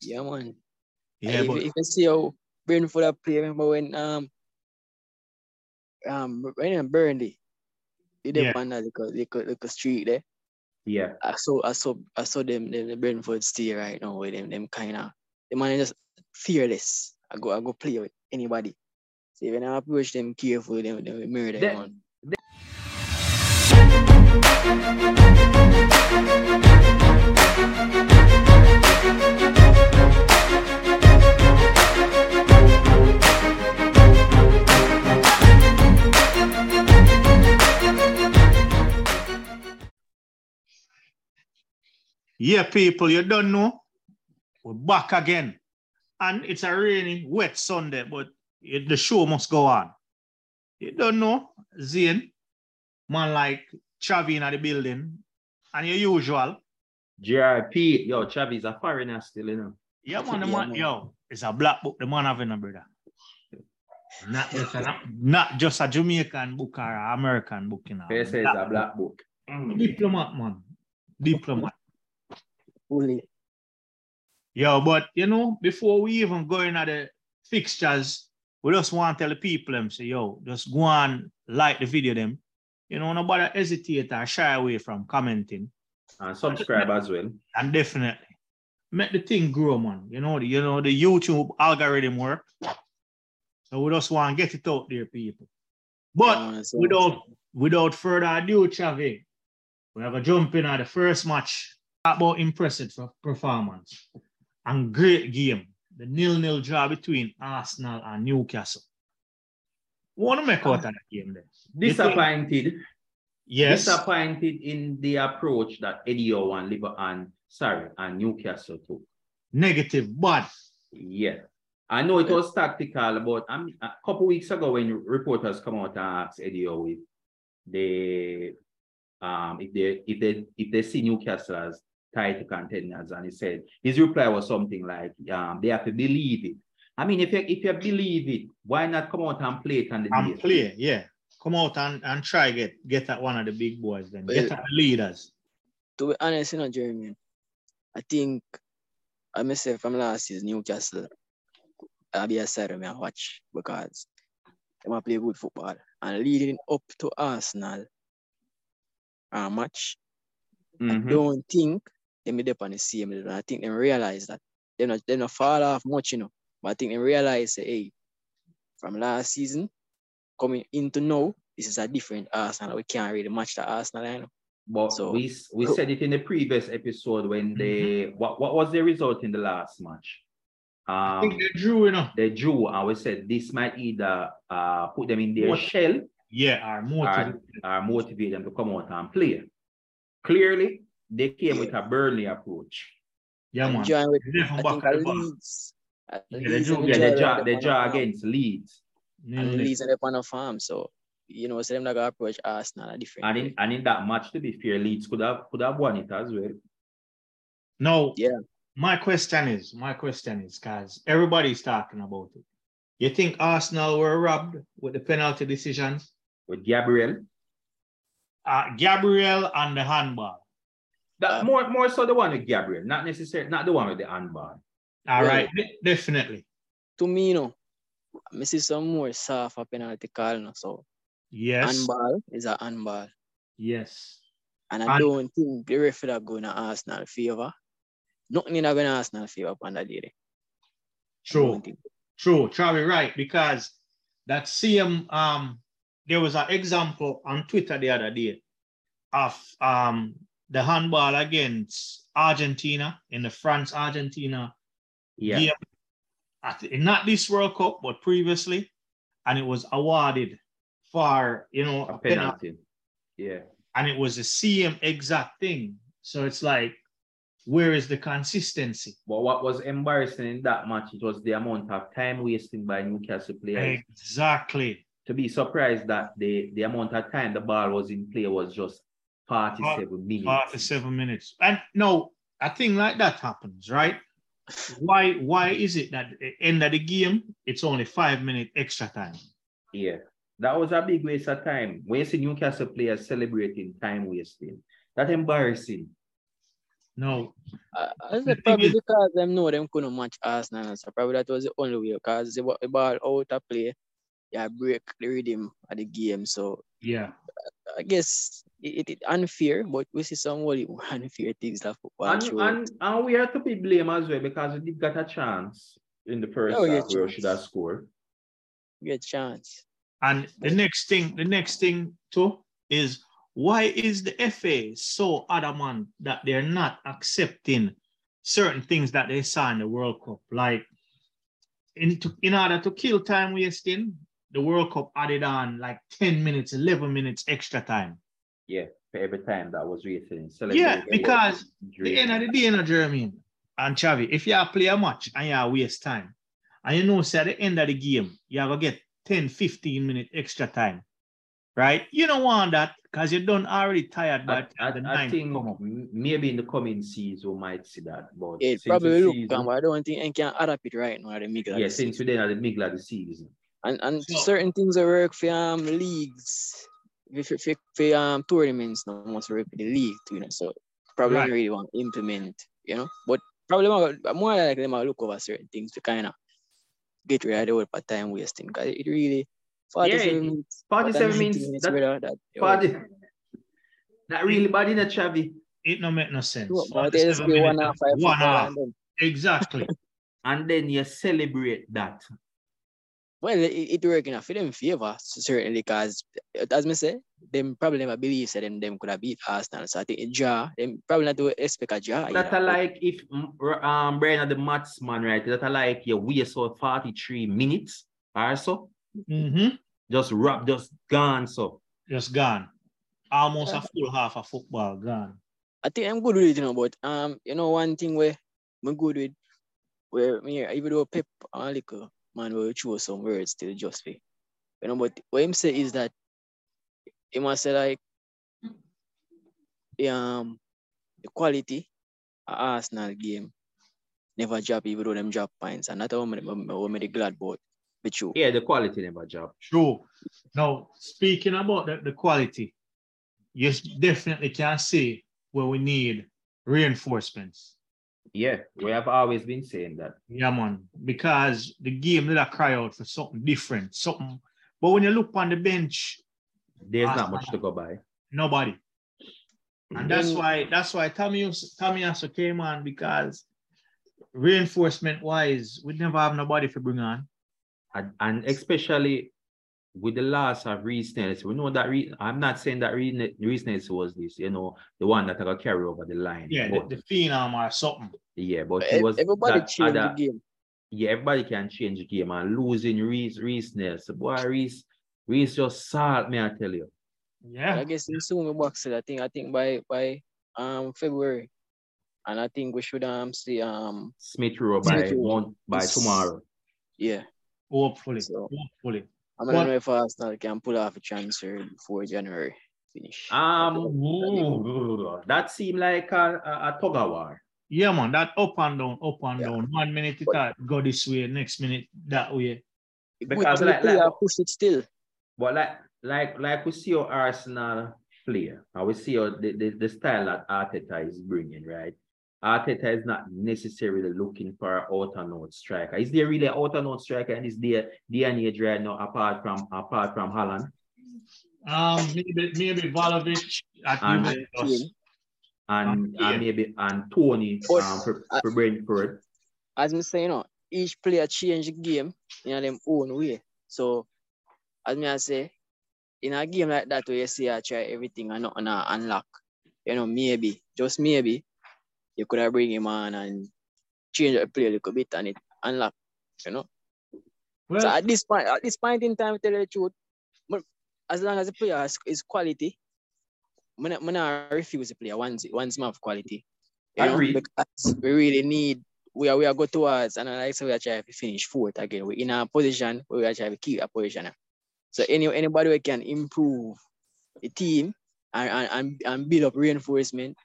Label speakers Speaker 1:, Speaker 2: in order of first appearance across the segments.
Speaker 1: Yeah, man.
Speaker 2: Yeah,
Speaker 1: if,
Speaker 2: but
Speaker 1: if you see how Brentford have played, remember when um um when in Burnley, they
Speaker 2: Yeah.
Speaker 1: didn't yeah. like a like a, like a street there.
Speaker 3: Yeah.
Speaker 1: I saw I saw I saw them them the Brentford stay right now with them them kind of the man is just fearless. I go I go play with anybody. So when I approach them carefully, them they will murder
Speaker 3: That-
Speaker 1: them. man.
Speaker 2: yeah, people, you don't know. We're back again. And it's a rainy, wet Sunday, but it, the show must go on. You don't know, Zane, man like Chavi in the building, and your usual.
Speaker 3: JRP, yo, Chavi's a foreigner still, you know.
Speaker 2: Yeah, man, the
Speaker 1: Yeah,
Speaker 2: man,
Speaker 1: man.
Speaker 2: yo, it's a black book, the man having a brother. Not just a, not just a Jamaican book or an American book, you know.
Speaker 3: They say it's a black book.
Speaker 2: Mm. Diplomat, man. Diplomat.
Speaker 1: Only
Speaker 2: Yeah, but you know, before we even go into the fixtures, we just want to tell the people them say, yo, just go on, like the video them. You know, nobody hesitate or shy away from commenting.
Speaker 3: And subscribe as well.
Speaker 2: And definitely make the thing grow, man. You know, the, you know, the YouTube algorithm work. So we just want to get it out there, people. But
Speaker 1: yeah, so-
Speaker 2: without without further ado, Chavi, we have a jump in at the first match. Talk About impressive per- performance and great game. The nil-nil draw between Arsenal and Newcastle. Want to make out of that game there?
Speaker 3: Disappointed.
Speaker 2: Yes.
Speaker 3: Disappointed in the approach that Eddie Howe and Liver and sorry and Newcastle took.
Speaker 2: Negative, but
Speaker 3: Yeah. I know it was tactical, but I mean, a couple weeks ago when reporters come out and ask Eddie Howe if they um if they if they if they see Newcastle as title contenders and he said his reply was something like um they have to believe it. I mean if you if you believe it, why not come out and play it on the
Speaker 2: and
Speaker 3: day?
Speaker 2: play, yeah. Come out and, and try get get at one of the big boys then. Get at the leaders.
Speaker 1: to be honest, you know, Jeremy, I think I myself from last year's Newcastle, I'll be a side of me and watch because they might play good football. And leading up to Arsenal uh, match,
Speaker 3: Mhm.
Speaker 1: I don't think they made up on the same level. I think they realize that they're not they're not far off much, you know. But I think they realize say, hey, from last season coming into now, this is a different Arsenal. We can't really match the Arsenal, you know.
Speaker 3: But
Speaker 1: So-
Speaker 3: we s- we said it in the previous episode when they
Speaker 2: Mm-hmm.
Speaker 3: what, what was the result in the last match?
Speaker 2: I
Speaker 3: Um,
Speaker 2: think they drew, you know.
Speaker 3: they drew and we said this might either uh, put them in their
Speaker 2: What?
Speaker 3: shell
Speaker 2: Yeah, are motivated.
Speaker 3: or, or motivate them to come out and play. Clearly, they came with a Burnley approach.
Speaker 2: Yeah, man.
Speaker 1: Join with
Speaker 2: They left them
Speaker 1: I
Speaker 2: back
Speaker 1: think
Speaker 2: at
Speaker 1: at
Speaker 2: the back.
Speaker 1: Leeds. At
Speaker 2: Yeah, they
Speaker 1: Leeds
Speaker 2: drew-
Speaker 1: and
Speaker 3: Yeah, they
Speaker 1: Jordan
Speaker 3: draw,
Speaker 1: up
Speaker 3: they
Speaker 1: on
Speaker 3: draw
Speaker 1: a farm.
Speaker 3: against Leeds.
Speaker 1: And
Speaker 2: Nil-nil.
Speaker 1: Leeds and up on a farm. So, you know, so them that got approach Arsenal are different.
Speaker 3: And in, and in that match, to be fair, Leeds could have could have won it as well.
Speaker 2: No.
Speaker 1: Yeah.
Speaker 2: My question is, my question is, guys, everybody's talking about it. You think Arsenal were robbed with the penalty decisions?
Speaker 3: With Gabriel.
Speaker 2: Uh, Gabriel and the handball.
Speaker 3: That
Speaker 1: Um,
Speaker 3: more more so the one with Gabriel, not necessarily not the one with the handball.
Speaker 1: Yeah.
Speaker 2: All right, de- definitely.
Speaker 1: to me, you know, I see some more soft up penalty call. No? So,
Speaker 2: Yes.
Speaker 1: handball Oh is a handball.
Speaker 2: Yes.
Speaker 1: And I
Speaker 2: And-
Speaker 1: don't think the referee are going to Arsenal favor. Nothing in going to Arsenal favor on that day. there. I
Speaker 2: True.
Speaker 1: don't think-
Speaker 2: True. Travis, right. Because that same um there was an example on Twitter the other day of um the handball against Argentina in the France Argentina
Speaker 3: Yeah.
Speaker 2: Yeah. at, not this World Cup, but previously, and it was awarded for you know
Speaker 3: A
Speaker 2: a penalty,
Speaker 3: penalty. Yeah.
Speaker 2: and it was the same exact thing. So it's like, where is the consistency?
Speaker 3: But what was embarrassing in that match, it was the amount of time wasting by Newcastle players.
Speaker 2: Exactly.
Speaker 3: To be surprised that the, the amount of time the ball was in play was just 47 minutes.
Speaker 2: Forty-seven minutes, and no, a thing like that happens, right? Why? Why is it that at the end of the game it's only five minute extra time?
Speaker 3: Yeah. That was a big waste of time. Wasting Newcastle players celebrating time wasting. That embarrassing.
Speaker 2: No,
Speaker 1: I, Uh, I said
Speaker 2: thing
Speaker 1: probably
Speaker 2: is-
Speaker 1: because them know them couldn't match Arsenal, so probably that was the only way because the ba- the ball out of play, yeah, break the rhythm of the game. So
Speaker 2: yeah.
Speaker 1: I guess it, it, it unfair, but we see some really unfair things that football.
Speaker 3: And,
Speaker 1: show.
Speaker 3: and and we are to be blamed as well because we did got a chance in the first
Speaker 1: Oh, yeah,
Speaker 3: half where we
Speaker 1: chance.
Speaker 3: should have scored.
Speaker 1: Good chance.
Speaker 2: And the next thing, the next thing too is why is the FA so adamant that they're not accepting certain things that they saw in the World Cup? Like in to, in order to kill time wasting, the World Cup added on like 10 minutes, 11 minutes extra time.
Speaker 3: For every time that was racing.
Speaker 2: Yeah, because The end of the day, you know, Jeremy and Chavi, if you play a match and you waste time, and you know, say at the end of the game, you have to get 10, 15 minute extra time, right? You don't want that because you're done already tired by the
Speaker 3: I, I,
Speaker 2: time the
Speaker 3: I
Speaker 2: ninth
Speaker 3: think
Speaker 2: come up.
Speaker 3: m- maybe in the coming season we might see that, but
Speaker 1: It
Speaker 3: since
Speaker 1: probably
Speaker 3: the
Speaker 1: look,
Speaker 3: season,
Speaker 1: but I don't think I can adapt it right now. at The middle of
Speaker 3: yeah,
Speaker 1: the
Speaker 3: since we then at the middle of the season,
Speaker 1: And and
Speaker 2: So-
Speaker 1: certain things that work for um leagues, for, for, for um tournaments now must work for the league too, you know. So probably
Speaker 2: Right.
Speaker 1: really want to implement, you know. But probably more, more like them might look over certain things to kind of get rid of the whole part time wasting. Cause it really
Speaker 3: it-
Speaker 1: 47 minutes, 90
Speaker 3: 47 means that,
Speaker 1: whether that, you know,
Speaker 3: party, that really bad in a Chavi.
Speaker 2: It don't make no sense.
Speaker 1: two- but they just
Speaker 2: 47
Speaker 1: play one
Speaker 2: minutes,
Speaker 1: half, five
Speaker 2: one
Speaker 1: football
Speaker 2: half.
Speaker 1: and then-
Speaker 2: Exactly.
Speaker 3: And then you celebrate that.
Speaker 1: Well, it, it working for them favor certainly because, as me say, them probably never believe say them them could have beat Arsenal. So I think a draw, them probably not to expect a draw.
Speaker 3: That
Speaker 1: either.
Speaker 3: are like if mm, r- um Brian are the maths man, right? That are like you waste all 43 minutes or so.
Speaker 2: Mhm.
Speaker 3: Just rub, just gone. So
Speaker 2: Just gone. Almost a full half of football gone.
Speaker 1: I think I'm good with it, you know. But um, you know, one thing where I'm good with, where me even though Pep and little man will choose some words to just be, you know. But what him say is that he must say like the um the quality of Arsenal game never drop even though them drop points, and that's how I'm, I'm, I'm the glad about the truth.
Speaker 3: yeah, the quality never job.
Speaker 2: True. Now, speaking about the, the quality, you s- definitely can see where we need reinforcements.
Speaker 3: Yeah, we have always been saying that.
Speaker 2: Yeah, man. Because the game did I cry out for something different, something. But when you look on the bench,
Speaker 3: There's
Speaker 2: Ah,
Speaker 3: not much to go by.
Speaker 2: nobody. And that's
Speaker 1: Mm.
Speaker 2: why that's why Tommy Us- Tommy also came on because reinforcement wise, we never have nobody to bring on.
Speaker 3: And, and especially with the loss of Reese Nelson, we know that Reece- I'm not saying that Reece Ne- Reece Nelson was this, you know, the one that I got carry over the line.
Speaker 2: Yeah,
Speaker 3: but,
Speaker 2: the, the phenom or something.
Speaker 3: yeah, but
Speaker 1: Ev-
Speaker 3: it was
Speaker 1: E-, Everybody
Speaker 3: that
Speaker 1: changed
Speaker 3: other-
Speaker 1: the game.
Speaker 3: yeah, everybody can change the game and losing Reese Reese Nelson. Boy, Reese Reese just salt me, I tell you.
Speaker 1: I
Speaker 2: Yeah.
Speaker 1: guess in soon we box it. I think I think by by um February, and I think we should um see um
Speaker 3: Smith Rowe by
Speaker 1: Smith Rowe.
Speaker 3: mon- by tomorrow.
Speaker 1: yeah.
Speaker 2: Hopefully.
Speaker 1: So
Speaker 2: Hopefully.
Speaker 1: I'm gonna
Speaker 2: What-
Speaker 1: know if Arsenal can pull off a transfer before January finish.
Speaker 3: Um ooh, that seemed like a, a, a tug of war.
Speaker 2: Yeah, man. That up and down, up and
Speaker 1: Yeah.
Speaker 2: down. One minute it uh, go this way, next minute that way.
Speaker 1: If we
Speaker 3: because
Speaker 1: can
Speaker 3: like- like-
Speaker 1: push it still.
Speaker 3: But like like like we see how Arsenal play, and we see how the, the, the style that Arteta is bringing, right? Arteta is not necessarily looking for an out and out striker. Is there really an out and out striker in this day, day and age right now, apart from apart from Holland?
Speaker 2: Um, maybe maybe Valovich at
Speaker 3: And-
Speaker 2: Juventus.
Speaker 3: and,
Speaker 2: Yeah.
Speaker 3: and maybe and Tony
Speaker 1: But-
Speaker 3: um, for,
Speaker 1: I-
Speaker 3: for Brentford.
Speaker 1: as me say, you know, each player change the game in them own way. So as me I say, in a game like that where you see I try everything and not and unlock, you know, maybe, just maybe, you could have bring him on and change the player a little bit and it unlock, you know. So
Speaker 2: Well,
Speaker 1: at this point, at this point in time, tell you the truth, but as long as the player has, is quality, I'm not, I'm not refuse the player once once more of quality. You know,
Speaker 3: Agreed.
Speaker 1: because we really need we are we are go towards and like so we are trying to finish fourth again. We're in a position where we are trying to keep a position. So any anybody we can improve the team and and, and, and build up reinforcement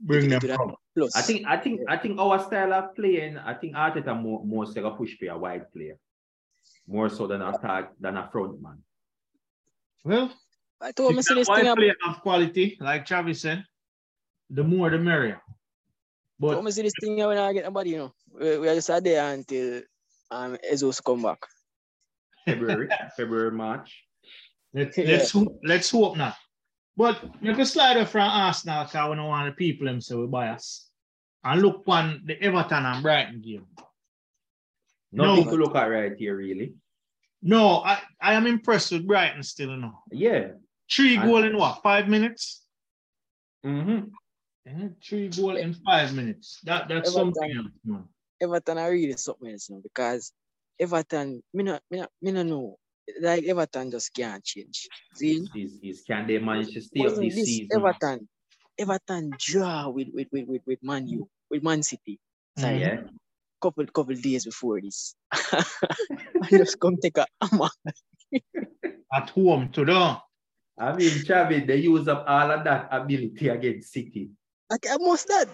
Speaker 2: bring
Speaker 1: it-
Speaker 2: them
Speaker 1: it would have-
Speaker 2: from.
Speaker 1: plus.
Speaker 3: I think I think I think our style of playing, I think Arteta more more so a push for a wide player. More so than a tag than a front man.
Speaker 2: Well,
Speaker 1: I told
Speaker 2: if
Speaker 1: me see
Speaker 2: that
Speaker 1: this
Speaker 2: wide
Speaker 1: thing up.
Speaker 2: player of quality, like Travis said, the more the merrier.
Speaker 1: But
Speaker 2: But
Speaker 1: when I see this thing here, when I get nobody, you know, we, we are just out there until um Ezos come back.
Speaker 3: February, February, March.
Speaker 2: Let,
Speaker 1: Yeah.
Speaker 2: let's ho- let's hope not. But you can slide off from Arsenal because we don't want the people them so we bias. And look on the Everton and Brighton game.
Speaker 3: Nothing
Speaker 1: No.
Speaker 3: to look at right here, really.
Speaker 2: No, I, I am impressed with Brighton still, you know.
Speaker 3: Yeah.
Speaker 2: Three
Speaker 3: I-
Speaker 2: goal in what, five minutes?
Speaker 3: Mm-hmm.
Speaker 2: Eh, Three goal in five minutes. That that's
Speaker 1: Everton.
Speaker 2: something else, man.
Speaker 1: Everton are really something else, you know, because Everton, me not, me not, me not know. Like Everton just can't change. See,
Speaker 3: Is, is can they manage to stay up
Speaker 1: wasn't
Speaker 3: this
Speaker 1: this
Speaker 3: season?
Speaker 1: Everton? Everton draw with with with with, with Man U, with Man City. Sorry, eh?
Speaker 2: Mhm.
Speaker 3: Yeah.
Speaker 1: couple couple days before this. I just come take a hammer.
Speaker 2: At home to the
Speaker 3: I mean, Chavi, they use up all of that ability against City.
Speaker 1: Like almost that.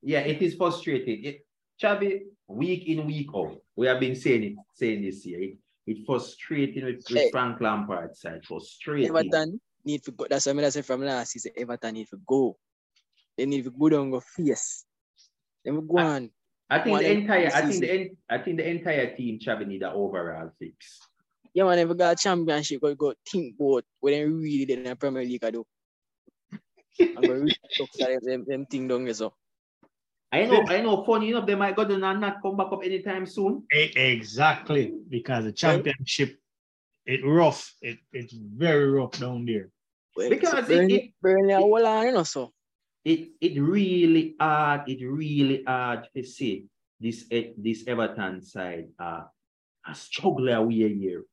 Speaker 3: Yeah, it is frustrating. It, Chavi, week in, week out, we have been saying it, saying this year. It, it frustrating with, with
Speaker 1: Hey.
Speaker 3: Frank Lampard's side. Frustrating.
Speaker 1: Everton need to go. That's what I said from last season. Everton need to go. They need to go down go fierce. They will go
Speaker 3: I-
Speaker 1: on.
Speaker 3: I think
Speaker 1: One
Speaker 3: the
Speaker 1: in
Speaker 3: entire, I think
Speaker 1: season.
Speaker 3: the, en- I think the entire team, Chavi, need an overall fix.
Speaker 1: Yeah, man, if we got a championship, go go think about what they really did in the Premier League. I do. I'm gonna really talk to them, them, them thing down there. So
Speaker 3: I know, I know. Funny enough, they might go down and not come back up anytime soon.
Speaker 2: E- exactly because the championship it rough. It it's very rough down there.
Speaker 1: well,
Speaker 3: Because
Speaker 1: so Burnley,
Speaker 3: it- it-
Speaker 1: Burnley are all on, you know, so
Speaker 3: It it really hard. It really hard to see this E- this Everton side uh, a struggle away here.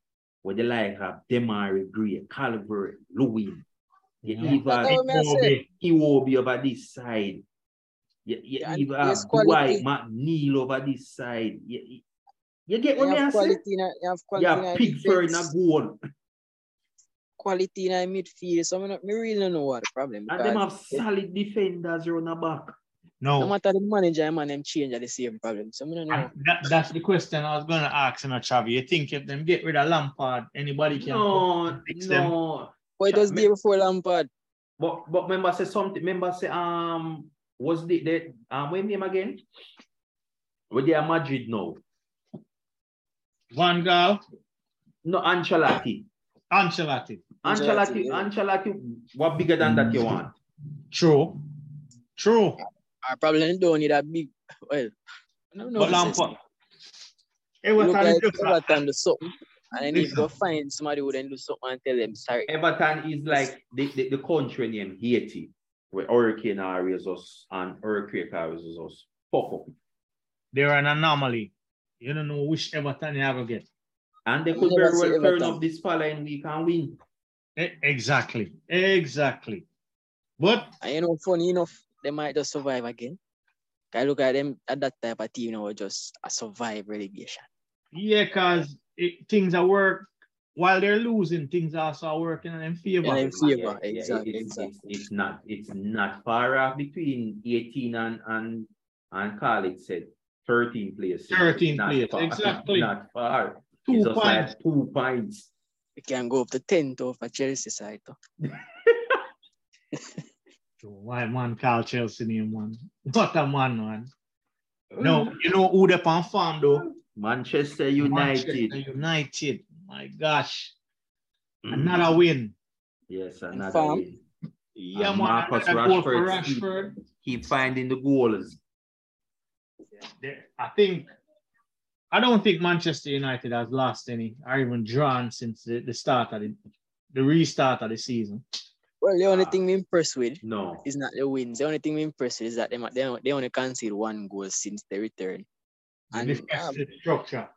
Speaker 3: Where the like have Demari Gray, Calvert, Louis, you
Speaker 2: Yeah.
Speaker 3: even
Speaker 1: That's what I said.
Speaker 3: Iwobi over this side. You, you
Speaker 1: Yeah, and
Speaker 3: even
Speaker 1: there's
Speaker 3: have Dwight
Speaker 1: quality.
Speaker 3: McNeil over this side. You, you- you get
Speaker 1: they
Speaker 3: what I
Speaker 1: have
Speaker 3: say?
Speaker 1: quality in a- they have quality
Speaker 3: You
Speaker 1: in a
Speaker 3: have Pickford in a
Speaker 1: defense,
Speaker 3: goal.
Speaker 1: quality in a midfield. So I not me really don't know what the problem
Speaker 3: And them
Speaker 1: because
Speaker 3: have solid defenders around the back.
Speaker 1: no
Speaker 2: No,
Speaker 1: matter the manager man them change are the same problem. So I don't know.
Speaker 2: and that, that's the question I was gonna ask in a Chavi. You think if them get rid of Lampard, anybody can
Speaker 3: No,
Speaker 2: fix them.
Speaker 3: no.
Speaker 1: Why does
Speaker 3: me-
Speaker 1: day before Lampard?
Speaker 3: But but remember say something. Remember say um was the the um what name again? With their Madrid now.
Speaker 2: Van Gaal,
Speaker 3: No, Ancelotti.
Speaker 2: Ancelotti.
Speaker 3: Ancelotti,
Speaker 1: Ancelotti, yeah.
Speaker 3: Ancelotti, what bigger than that you want?
Speaker 2: True. True.
Speaker 1: I probably don't need a big well. I don't know.
Speaker 2: but
Speaker 1: if it's-
Speaker 2: Lampard.
Speaker 1: look
Speaker 2: Everton is
Speaker 1: like
Speaker 2: just like-
Speaker 1: Everton do something. And then if you go
Speaker 2: Listen.
Speaker 1: find somebody who then do something and tell them sorry.
Speaker 3: Everton is like the, the, the country named Haiti, where hurricane areas us and earthquake areas us. Fuck up.
Speaker 2: they're an anomaly. You don't know which Everton you ever get.
Speaker 3: And they
Speaker 1: You
Speaker 3: could
Speaker 1: never
Speaker 3: very
Speaker 1: see
Speaker 3: well turn
Speaker 1: Everton.
Speaker 3: up this following week and win.
Speaker 2: E- Exactly. Exactly. But
Speaker 1: And you know, funny enough, they might just survive again. I look at them at that type of team, you know, just a survive relegation.
Speaker 2: yeah, because things are work while they're losing, things also are working in their favor.
Speaker 1: Yeah,
Speaker 3: Yeah,
Speaker 1: in favor,
Speaker 3: yeah, yeah,
Speaker 1: exactly,
Speaker 3: it's-
Speaker 1: exactly.
Speaker 3: it's- It's not, it's not far off between 18 and, and, and Khalid said 13 places.
Speaker 2: 13
Speaker 3: Not
Speaker 2: players,
Speaker 3: far-
Speaker 2: exactly.
Speaker 3: Not far.
Speaker 2: Two
Speaker 3: It's just
Speaker 2: points.
Speaker 3: like two points.
Speaker 1: We can go up to 10th of a Chelsea side. though.
Speaker 2: Why man call Chelsea name one? What a man, man. No,
Speaker 3: Mm.
Speaker 2: you know who they on farm though?
Speaker 3: Manchester
Speaker 2: Manchester
Speaker 3: United.
Speaker 2: United. My gosh.
Speaker 3: Mhm.
Speaker 2: Another win.
Speaker 3: Yes,
Speaker 1: Farm.
Speaker 3: another win.
Speaker 2: Yeah,
Speaker 3: And
Speaker 2: man.
Speaker 3: Marcus
Speaker 2: another goal for
Speaker 3: Rashford. He-
Speaker 2: Rashford.
Speaker 3: Keep finding the goals.
Speaker 2: they- I think I don't think Manchester United has lost any or even drawn since the, the start of the, the restart of the season.
Speaker 1: Well, the only
Speaker 3: Ah.
Speaker 1: thing we impressed with
Speaker 3: No.
Speaker 1: is not the wins. The only thing we impressed with is that they, ma- they, they only conceded one goal since they returned.
Speaker 2: And
Speaker 1: And um,
Speaker 2: the structure.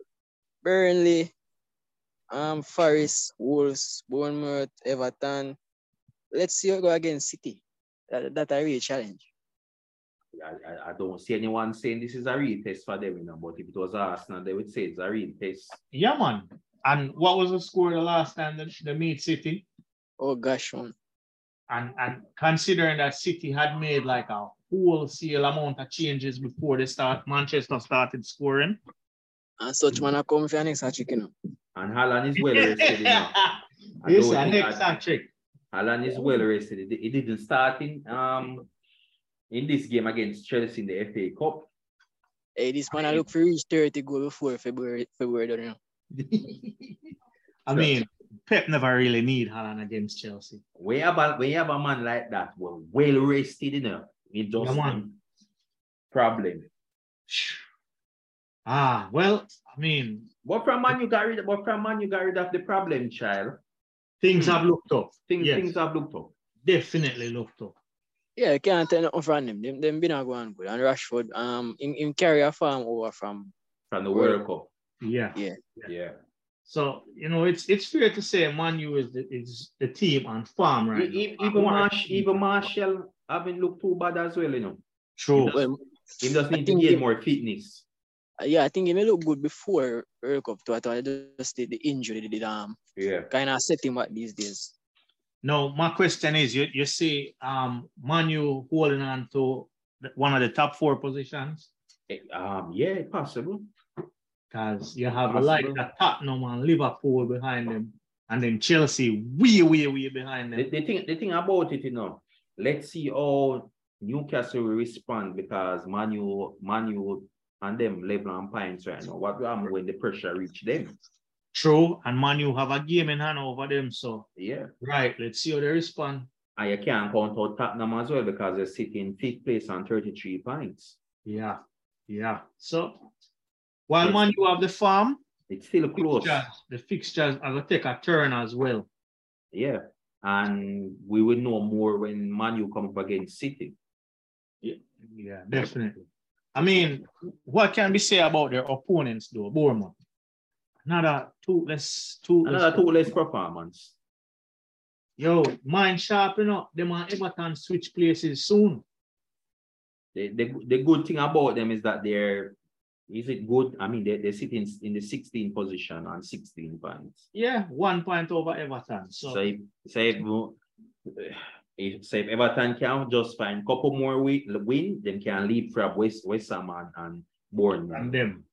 Speaker 1: Burnley, um, Forest, Wolves, Bournemouth, Everton. Let's see how it go against City. That that a real challenge.
Speaker 3: I, I, I don't see anyone saying this is a real test for them, you know, but if it was Arsenal, they would say it's a real test.
Speaker 2: Yeah, man. And what was the score the last time the, the made City?
Speaker 1: Oh gosh, man.
Speaker 2: And and considering that City had made like a wholesale amount of changes before they start Manchester started scoring.
Speaker 1: And such man a come for your next hat trick, you know.
Speaker 3: And Haaland is well rested, you know.
Speaker 2: Yes,
Speaker 3: I don't
Speaker 2: an
Speaker 3: think I-
Speaker 2: extra trick.
Speaker 3: Alan is well rested. He he didn't start in um in this game against Chelsea in the FA Cup.
Speaker 1: Hey, this man I look for reach 30 goal before February, February, don't know.
Speaker 2: I mean, Pep never really need Holland against Chelsea.
Speaker 3: We have a we have a man like that. Well, well rested, you know. It just
Speaker 2: Come on.
Speaker 3: um, problem.
Speaker 2: Ah, well, I mean,
Speaker 3: What from man you got rid of? What from man you got rid of the problem, child?
Speaker 2: things
Speaker 3: Hmm.
Speaker 2: have looked up.
Speaker 3: Things
Speaker 2: Yes.
Speaker 3: things have looked up.
Speaker 2: Definitely looked up.
Speaker 1: Yeah, I can't tell nothing from them. Them, them been a going good. And Rashford, um, him, him carry a farm over from
Speaker 3: from the
Speaker 1: World
Speaker 3: World Cup.
Speaker 2: Yeah.
Speaker 3: Yeah.
Speaker 2: So you know, it's it's fair to say Man U is the is the team on farm right
Speaker 3: E- e-
Speaker 2: now.
Speaker 3: Even, Marsh, even Marshall haven't looked too bad as well, you know.
Speaker 2: True.
Speaker 1: well,
Speaker 3: He just
Speaker 1: I
Speaker 3: need to
Speaker 1: think he-
Speaker 3: gain more fitness.
Speaker 1: yeah, I think he may look good before World Cup too. I thought it just the, the injury did um
Speaker 3: Yeah.
Speaker 1: kind of set him back these days.
Speaker 2: No, my question is, you you see, um, Man U holding on to the- one of the top four positions
Speaker 3: Eh, Um, yeah, possible.
Speaker 2: because you have the like
Speaker 3: Possible.
Speaker 2: the Tottenham and Liverpool behind them, and then Chelsea way way way behind
Speaker 3: The,
Speaker 2: them.
Speaker 3: the thing the thing about it, you know, let's see how Newcastle will respond because Manu Manu and them level and pines right now. What will happen when the pressure reach them?
Speaker 2: True, and Man U have a game in hand over them. So
Speaker 3: Yeah.
Speaker 2: right, let's see how they respond.
Speaker 3: And you can't count out Tottenham as well because they're sitting fifth place on 33 points.
Speaker 2: Yeah, yeah. So while
Speaker 3: Yes.
Speaker 2: Man U have the farm,
Speaker 3: It's still close.
Speaker 2: fixtures, the fixtures are gonna take a turn as well.
Speaker 3: Yeah. And we will know more when Manu come up against City.
Speaker 2: Yeah, definitely. I mean, what can we say about their opponents though? Bournemouth. Another two less two
Speaker 3: Another two less performance.
Speaker 2: Yo, mind sharpen up. Them and Everton switch places soon.
Speaker 3: The, the, the good thing about them is that they're is it good? I mean, they're, they're sitting in the 16 position on 16 points.
Speaker 2: Yeah, one point over Everton. So,
Speaker 3: So, if, so if, eh, if, so if Everton can just find couple more we, win, then can leap from West West Ham and, and
Speaker 2: and
Speaker 3: Bournemouth.
Speaker 2: them.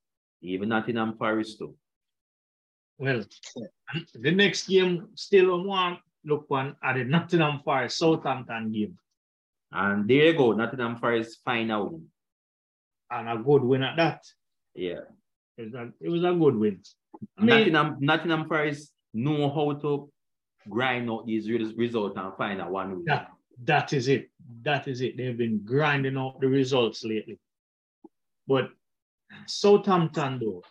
Speaker 3: Even Nottingham Forest too.
Speaker 2: Well, the next game still on one look one at the Nottingham Forest Southampton game.
Speaker 3: And there you go, Nottingham Forest final win.
Speaker 2: And a good win at that.
Speaker 3: Yeah.
Speaker 2: It was a, it was a good win. I mean,
Speaker 3: Nottingham, Nottingham Forest know how to grind out these res- results and find a one win.
Speaker 2: Yeah. That is it. That is it. They've been grinding out the results lately. But Southampton, though,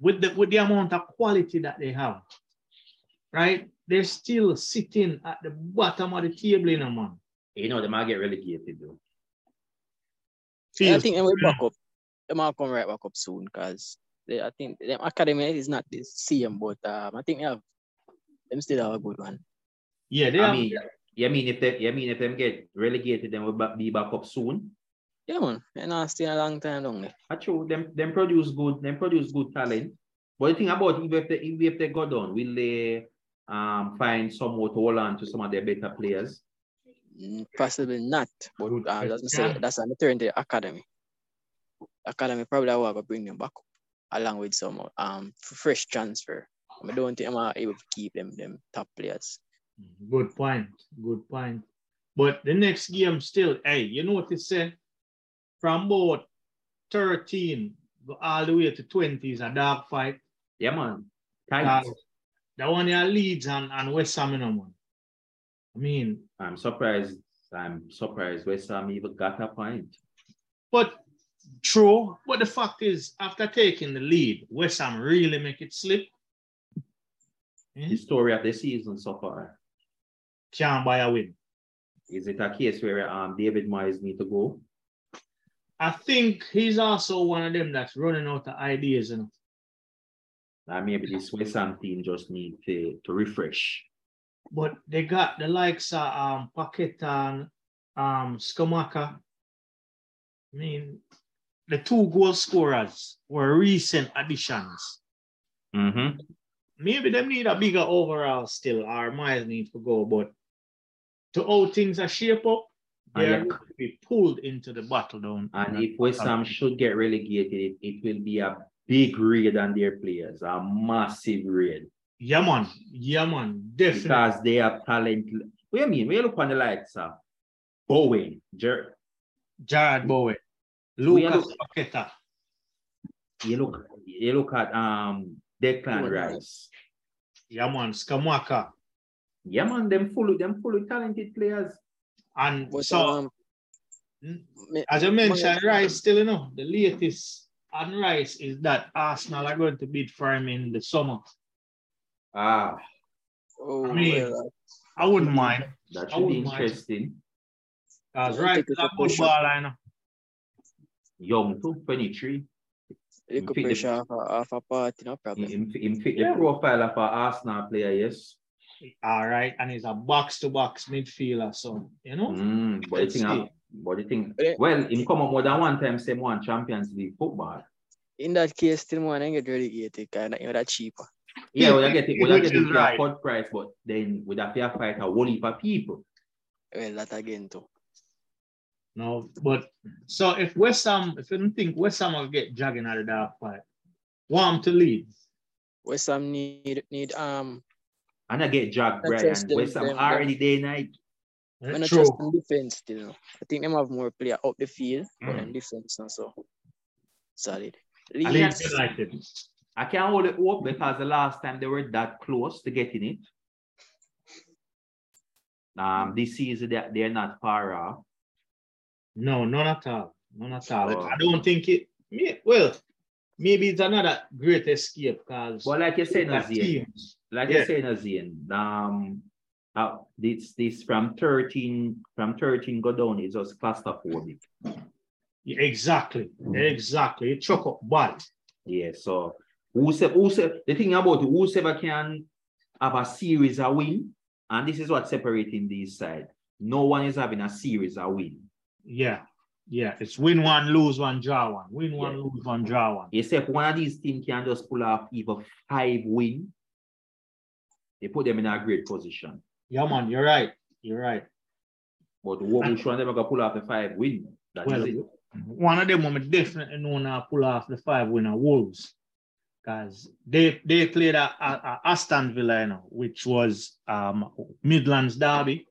Speaker 2: with the with the amount of quality that they have, right? They're still sitting at the bottom of the table, you know, man.
Speaker 3: You know, they might get relegated though.
Speaker 1: I think they will back up. They might come right back up soon because I think them academy is not the same, but um, I think they have them still have a good one.
Speaker 2: yeah, they
Speaker 3: I
Speaker 2: have,
Speaker 3: mean, you mean if they, you mean if them get relegated, then will ba- be back up soon.
Speaker 1: Yeah, man, they're not staying a long time long. there.
Speaker 3: Actually, them them produce good, them produce good talent. But the thing about even if they even if they go down, will they um find somewhat to hold on to some of their better players?
Speaker 1: Mm, Possibly not, but
Speaker 2: Good
Speaker 1: um, that's me
Speaker 2: question.
Speaker 1: say that's another turn to the academy. Academy probably are going to bring them back up along with some um f- fresh transfer. I don't think I'm able to keep them them top players.
Speaker 2: Good point. Good point. But the next game still, hey, you know what it said? From about 13 go all the way to 20 is a dark fight.
Speaker 3: Yeah, man.
Speaker 2: Uh,
Speaker 3: Tight.
Speaker 2: the one in Leeds and, and West Ham, you know, man. I mean,
Speaker 3: I'm surprised. I'm surprised West Ham even got a point.
Speaker 2: but true. But the fact is, after taking the lead, West Ham really make it slip. Hmm?
Speaker 3: The story of the season so far.
Speaker 2: Can't buy a win.
Speaker 3: Is it a case where um David Myers need to go?
Speaker 2: I think he's also one of them that's running out of ideas, you know.
Speaker 3: And maybe this West Ham team just need to, to refresh.
Speaker 2: But they got the likes of um, Paquet and um, Skamaka. I mean, the two goal scorers were recent additions.
Speaker 3: Mm-hmm.
Speaker 2: Maybe them need a bigger overall still, or Miles need to go. But to how things are shape up,
Speaker 3: And,
Speaker 2: they're
Speaker 3: if-
Speaker 2: going to be pulled into the battle down.
Speaker 3: and if West Ham should get relegated, it, it will be a big raid on their players, a massive raid.
Speaker 2: yeah, man, yeah, man, definitely.
Speaker 3: Because they have talent. What do you mean? We look on the likes of Bowen, Jer-
Speaker 2: Jared Bowen,
Speaker 3: We
Speaker 2: Lucas
Speaker 3: look-
Speaker 2: Paqueta,
Speaker 3: You look, you look at um Declan
Speaker 1: Good.
Speaker 3: Rice.
Speaker 2: Yaman Skamaka,
Speaker 3: Yeah, man, them full of them full of talented players.
Speaker 2: and
Speaker 1: But
Speaker 2: so
Speaker 1: um,
Speaker 2: Mm.
Speaker 1: me-
Speaker 2: As I mentioned, Rice still, you know, the latest on Rice is that Arsenal are going to bid for him in the summer.
Speaker 3: Ah,
Speaker 1: oh,
Speaker 2: I mean,
Speaker 1: well,
Speaker 2: I wouldn't mind.
Speaker 3: that
Speaker 2: I
Speaker 3: should be
Speaker 2: wouldn't mind.
Speaker 3: interesting.
Speaker 2: Because
Speaker 1: Yeah,
Speaker 2: Rice
Speaker 1: take
Speaker 2: is
Speaker 1: it
Speaker 2: a
Speaker 1: up
Speaker 2: good
Speaker 1: pressure.
Speaker 2: baller, you know.
Speaker 3: Young too, 23.
Speaker 1: you could
Speaker 3: fit the-
Speaker 1: pressure off a, off a party, no problem.
Speaker 3: Him, him fit the
Speaker 2: Yeah.
Speaker 3: profile of an Arsenal player, yes.
Speaker 2: All right. And he's a box to box midfielder. So, you know,
Speaker 3: Mm, but the thing, I- but the thing,
Speaker 2: Eh.
Speaker 1: But it-
Speaker 3: well, him come up more than one time, same one Champions League football.
Speaker 1: In that case, still more than get relegated, kind of, you know, that cheaper.
Speaker 3: Yeah, well, I get it. Well, I
Speaker 2: Which
Speaker 3: get it
Speaker 2: is
Speaker 3: for a
Speaker 2: right.
Speaker 3: cut price, but then with a fair fight, a whole heap of people.
Speaker 1: Well, that again, too.
Speaker 2: no. But so if West Ham, if you don't think West Ham will get jogging out of that fight, want him to leave.
Speaker 1: West Ham need, need um,
Speaker 3: And I get Jack
Speaker 1: I
Speaker 3: Bryan.
Speaker 1: trust them,
Speaker 3: West Ham
Speaker 1: them,
Speaker 3: already day night.
Speaker 1: when I
Speaker 2: Eh, True.
Speaker 1: trust in defense still. I think them have more player up the field, but
Speaker 2: Mm.
Speaker 1: in defense and so solid.
Speaker 3: I
Speaker 2: Leeds
Speaker 1: Leeds,
Speaker 2: United.
Speaker 3: I can't hold it up because the last time they were that close to getting it. Um, this season they, they're not far off.
Speaker 2: No, none at all. None at all.
Speaker 3: Oh.
Speaker 2: I don't think it. me- Well, maybe it's another great escape because
Speaker 3: But like you say, Nazir,
Speaker 2: teams.
Speaker 3: like
Speaker 2: Yeah.
Speaker 3: you say, Nazir, um, uh, this this from thirteen from thirteen go down is just claustrophobic.
Speaker 2: Yeah, exactly.
Speaker 3: Mm.
Speaker 2: Exactly. You chuck up bad.
Speaker 3: Yeah, so who said who said the thing about whoever can have a series a win, and this is what separating these side. No one is having a series a win.
Speaker 2: Yeah. Yeah. It's win one, lose one, draw one. Win one,
Speaker 3: Yeah.
Speaker 2: lose one, draw one.
Speaker 3: Except one of these teams can just pull off either five win, they put them in a great position.
Speaker 2: Yeah, man, you're right. You're right.
Speaker 3: But what which one them are gonna pull off the five win? That is
Speaker 2: Well,
Speaker 3: it.
Speaker 2: One of them women definitely know now pull off the five winner Wolves. Because they they played at, at, at Aston Villa, you know, which was um Midlands Derby.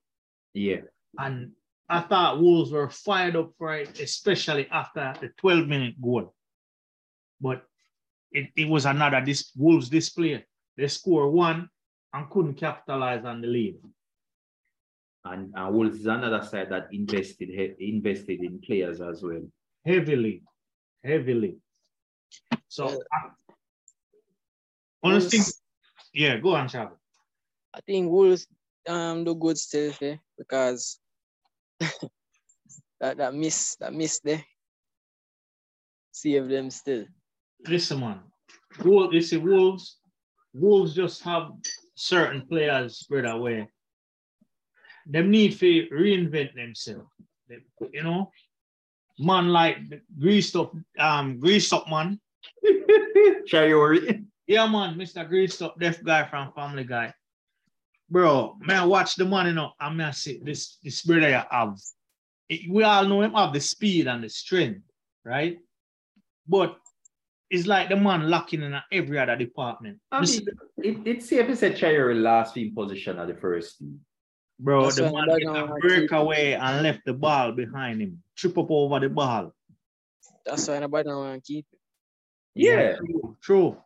Speaker 3: Yeah.
Speaker 2: And I thought Wolves were fired up for it, especially after the 12 minute goal. But it, it was another dis- Wolves display. They scored one and couldn't capitalize on the lead.
Speaker 3: And, and Wolves is another side that invested he- invested in players as well.
Speaker 2: Heavily, heavily. So,
Speaker 1: Well,
Speaker 2: I, honestly,
Speaker 1: Wolves-
Speaker 2: yeah, go on, Chavo.
Speaker 1: I think Wolves um do good still eh, because that, that miss that miss there save them still.
Speaker 2: Listen, man. Wolves, you see, Wolves, Wolves just have certain players spread away. Them need to reinvent themselves. They- You know, man like the greased up, um, greased up man.
Speaker 3: Chayori.
Speaker 2: Yeah, man, Mr. Greased up deaf guy from Family Guy. Bro, man, watch the man, you know, and man, see this this brother you have. It- we all know him have the speed and the strength, right? But it's like the man lacking in every other department.
Speaker 3: I
Speaker 2: Mr.
Speaker 3: mean, it, it's safe to say Chayori last in position at the first team.
Speaker 2: Bro,
Speaker 1: That's
Speaker 2: the
Speaker 1: why
Speaker 2: man
Speaker 1: I'm
Speaker 2: did
Speaker 1: not
Speaker 2: a
Speaker 1: gonna
Speaker 2: breakaway and left the ball behind him. Trip up over the ball.
Speaker 1: That's why nobody don't want to keep it.
Speaker 3: Yeah.
Speaker 2: True. true.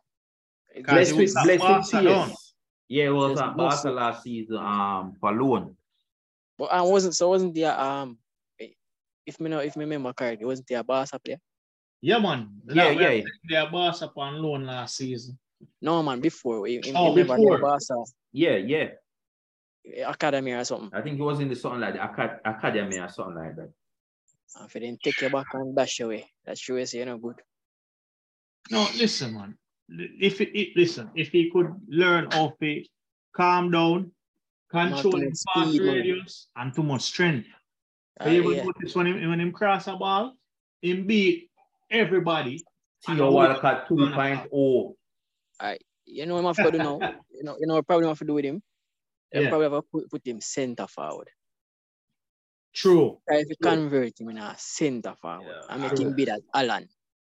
Speaker 1: It's
Speaker 2: Guys,
Speaker 1: just
Speaker 3: Blessed
Speaker 2: it
Speaker 3: with
Speaker 2: was
Speaker 1: Wolves.
Speaker 2: at
Speaker 3: blessed
Speaker 2: Barca, don't.
Speaker 3: tears. Yeah, it was
Speaker 1: Yes,
Speaker 3: at
Speaker 1: blessed.
Speaker 3: Barca last season um for loan.
Speaker 1: But I wasn't so wasn't there um if me know if me remember correctly, wasn't there a Barca player?
Speaker 2: Yeah, man.
Speaker 3: Yeah,
Speaker 2: Like,
Speaker 3: yeah.
Speaker 2: Their boss up on loan last season.
Speaker 1: No man, before he, he,
Speaker 2: Oh,
Speaker 1: he remember there
Speaker 2: before.
Speaker 1: Barca
Speaker 3: Yeah, yeah.
Speaker 1: eh, academy or something.
Speaker 3: I think it was in the something like the acad- academy or something like that.
Speaker 1: And if they didn't take you eh, back and dash away, that sure is you know good.
Speaker 2: No, listen, man. If it, it- listen, if he could learn how to calm down, control
Speaker 1: Not
Speaker 2: his
Speaker 1: much
Speaker 2: fast
Speaker 1: speed, man.
Speaker 2: radius, and too much strength.
Speaker 1: Uh,
Speaker 2: So you will
Speaker 1: yeah.
Speaker 2: notice when him when him cross a ball, him beat everybody. And
Speaker 3: Theo
Speaker 2: who-
Speaker 3: Walcott oh. 2.0.
Speaker 1: You know what I'm have to do now. You know, you know what probably have to do with him. They
Speaker 2: Yeah.
Speaker 1: probably have to put, put him center forward.
Speaker 2: True.
Speaker 1: Try to
Speaker 3: True.
Speaker 1: convert him in a center forward
Speaker 3: Yeah,
Speaker 1: and make
Speaker 3: true.
Speaker 1: him be that Alan.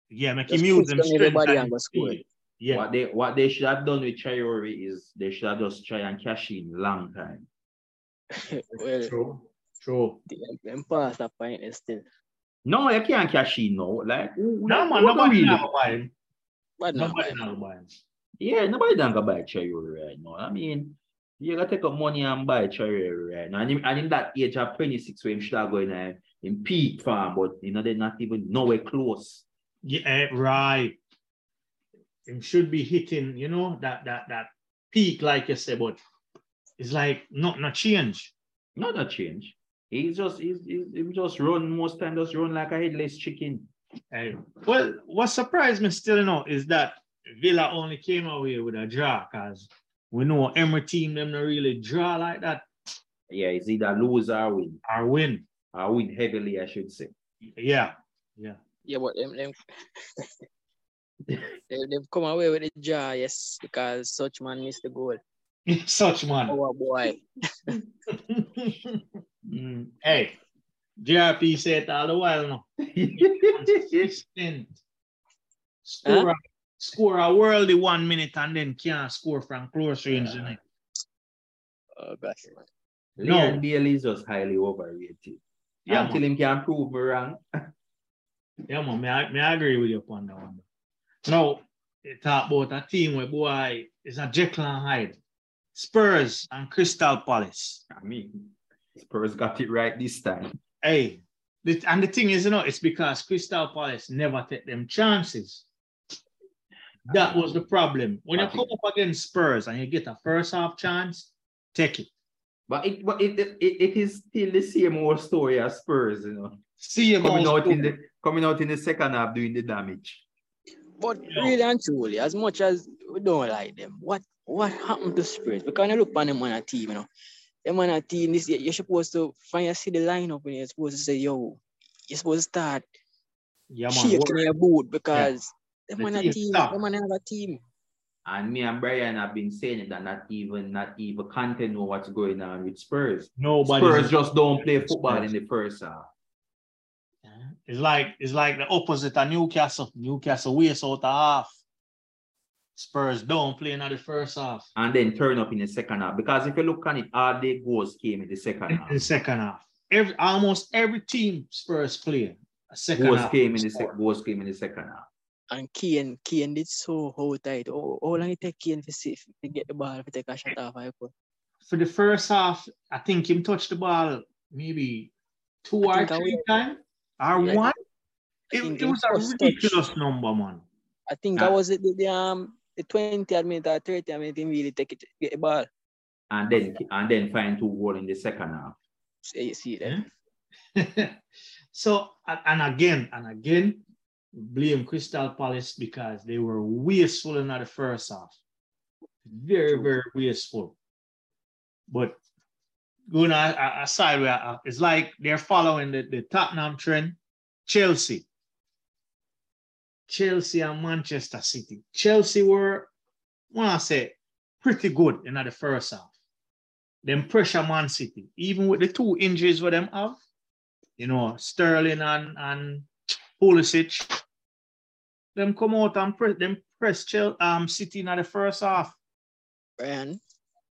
Speaker 2: Yeah, make
Speaker 1: Just
Speaker 2: him use
Speaker 1: push
Speaker 2: them
Speaker 1: down
Speaker 2: strength
Speaker 1: everybody
Speaker 2: and
Speaker 1: and go score.
Speaker 2: speed. Yeah.
Speaker 3: What they what they should have done with Chayori is they should have just try and cash in long time.
Speaker 1: well, eh,
Speaker 2: True. True.
Speaker 1: them past that point is still.
Speaker 3: No, you can't cash in now. Like, who- who-
Speaker 2: No, man,
Speaker 3: who go
Speaker 2: nobody
Speaker 3: really-
Speaker 2: now buy him.
Speaker 1: But no,
Speaker 2: Nobody now buy him.
Speaker 3: Yeah, nobody don't go buy Cherry right now. eh, I mean, you gotta take up money and buy Cherry right now. And, in- and in that age of 26, when you should have gone in, eh, in peak farm, but you know, they're not even nowhere close.
Speaker 2: Yeah, right. Him should be hitting, you know, that that that peak, like you say, but it's like not not change.
Speaker 3: Not a change. He's just he's, he's, he's just run most time, just run like a headless chicken.
Speaker 2: Eh, well, what surprised me still, you know, is that Villa only came away with a draw, cause we know every team them not really draw like that
Speaker 3: Yeah, it's either lose or win.
Speaker 2: or win.
Speaker 3: Or win heavily, I should say.
Speaker 2: Yeah,
Speaker 1: yeah, but them them they, they've come away with a jar, yes, because such man missed the goal.
Speaker 2: such man.
Speaker 1: Oh boy.
Speaker 3: Mm.
Speaker 2: hey, JRP said all the while now. consistent. Score, a, score a worldly one minute and then can't score from close range.
Speaker 3: Yeah.
Speaker 2: innit?
Speaker 1: Oh gosh.
Speaker 3: Leon Bailey is just highly overrated.
Speaker 2: Yeah,
Speaker 3: Until
Speaker 2: man.
Speaker 3: him can prove me wrong.
Speaker 2: yeah, man. Me, I, me I agree with you upon that one. Now, you talk about a team where boy is a Jekyll and Hyde. Spurs and Crystal Palace.
Speaker 3: I mean, Spurs got it right this time.
Speaker 2: Hey, the- and the thing is, you know, it's because Crystal Palace never take them chances. That was the problem. When you
Speaker 3: I
Speaker 2: come
Speaker 3: think-
Speaker 2: up against Spurs and you get a first half chance, take it.
Speaker 3: But it but it, it, it is still the same old story as Spurs, you know.
Speaker 2: See you
Speaker 3: Coming out in the coming out in the second half doing the damage.
Speaker 1: But
Speaker 2: Yeah.
Speaker 1: really and truly, as much as we don't like them, what what happened to Spurs? Because you look on them on a team, you know. Them on a team, this you're supposed to find you see the lineup and you're supposed to say, yo, you're supposed to start
Speaker 2: Yeah, man.
Speaker 1: shaking your boot because
Speaker 2: The
Speaker 1: them on a
Speaker 2: team
Speaker 1: team,
Speaker 2: stop.
Speaker 1: them on another team.
Speaker 3: And me and Brian have been saying that not even not even content know what's going on with Spurs.
Speaker 2: Nobody.
Speaker 3: Spurs just don't play football in the first half.
Speaker 2: It's like it's like the opposite of Newcastle. Newcastle waste out the half. Spurs don't play in the first half.
Speaker 3: And then turn up in the second half. Because if you look at it, all the goals came in the second
Speaker 2: In the
Speaker 3: half.
Speaker 2: second half, every almost every team Spurs play a second
Speaker 3: Goals
Speaker 2: half.
Speaker 3: came in the sec- goals came in the second half.
Speaker 1: And Keane, Keane did so how tight. Oh, how long it take Keane to, see, to get the ball to take a shot off? I could.
Speaker 2: For the first half, I think him touched the ball maybe two
Speaker 1: I
Speaker 2: or
Speaker 1: think I
Speaker 2: three times or
Speaker 1: Yeah.
Speaker 2: one.
Speaker 1: I
Speaker 2: It,
Speaker 1: think
Speaker 2: it
Speaker 1: him
Speaker 2: was
Speaker 1: first
Speaker 2: a
Speaker 1: touch.
Speaker 2: ridiculous number, man.
Speaker 1: I think I
Speaker 3: Ah.
Speaker 1: was at the, the um the 20th minute uh, or 30th minute, him really take it get the ball.
Speaker 3: And then and then find two goals in the second half.
Speaker 1: So you see that.
Speaker 2: Yeah. so and, and again and again blame crystal palace because they were wasteful in the first half very very wasteful but going a- a- aside where I- it's like they're following the, the tottenham trend chelsea chelsea and manchester city chelsea were when i say pretty good in the first half them pressure man city even with the two injuries where them have you know, Sterling and and Pulisic, them come out and press them press Chel- um City in the first half.
Speaker 1: Brian,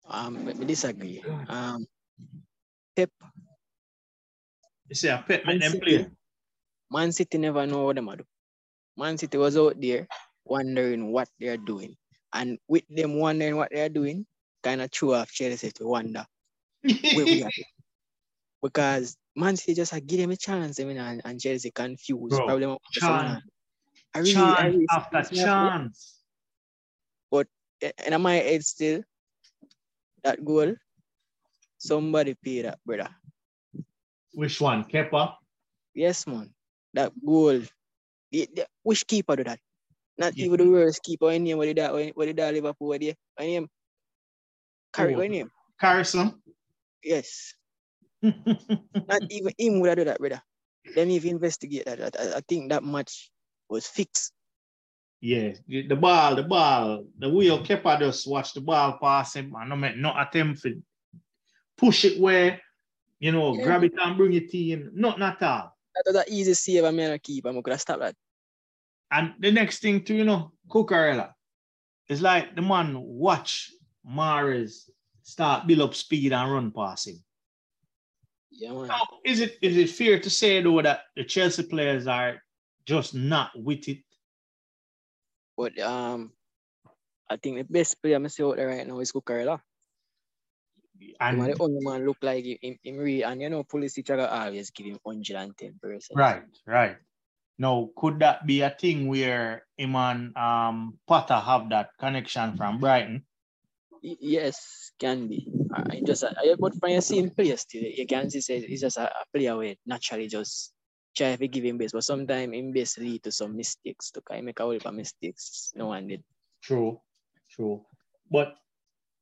Speaker 1: um, let me disagree.
Speaker 2: Go on.
Speaker 1: Um, Pep,
Speaker 2: You see, I pet
Speaker 1: Man
Speaker 2: them
Speaker 1: City.
Speaker 2: play.
Speaker 1: Man City never know what them are do. Man City was out there wondering what they are doing, and with them wondering what they are doing, kind of threw off Chelsea to wonder where we are. because Man City just uh, give them a chance, I mean, and, and Chelsea confused.
Speaker 2: Bro, uh,
Speaker 1: Problem. up with someone
Speaker 2: chance,
Speaker 1: else. I really, I
Speaker 2: chance
Speaker 1: really,
Speaker 2: after
Speaker 1: yeah,
Speaker 2: chance.
Speaker 1: and in my head still, that goal, somebody paid that, brother.
Speaker 2: Which one, Kepa?
Speaker 1: Yes, man. That goal. The, the, which keeper do that? Not
Speaker 2: Yeah.
Speaker 1: even the worst keeper. Any name? What did that? What did that Liverpool? What did any name? Carry
Speaker 2: Who?
Speaker 1: what name?
Speaker 2: Carson.
Speaker 1: Yes. Not even him would have do that, brother. Let me even investigate that. that- I, I think that match was fixed.
Speaker 2: yeah, the the ball, the ball, the wheel Kepa just watch the ball pass him and no make no attempt to push it where you know,
Speaker 1: Yeah.
Speaker 2: grab it and bring it to him. Not at all.
Speaker 1: That was an easy save. I mean, a keeper. I could have stopped that.
Speaker 2: And the next thing too, you know, Cucurella, it's like the man watch Mares start build up speed and run past him.
Speaker 1: Yeah, man.
Speaker 2: Now, is it is it fair to say though that the Chelsea players are just not with it?
Speaker 1: But um, I think the best player I see out there right now is Cucurella. And
Speaker 2: And
Speaker 1: the only man look like him, him, him really, and you know, police each other always ah, give him 110 percent.
Speaker 2: right, right. Now, could that be a thing where him and um, Potter have that connection from Brighton?
Speaker 1: Y- Yes, can be. I I just, I, but when you see him play still, you can see say he's just a, a player where naturally just try to give him base, but sometimes him base lead to some mistakes. To kind of make a whole heap of mistakes, no one did.
Speaker 2: True, true. But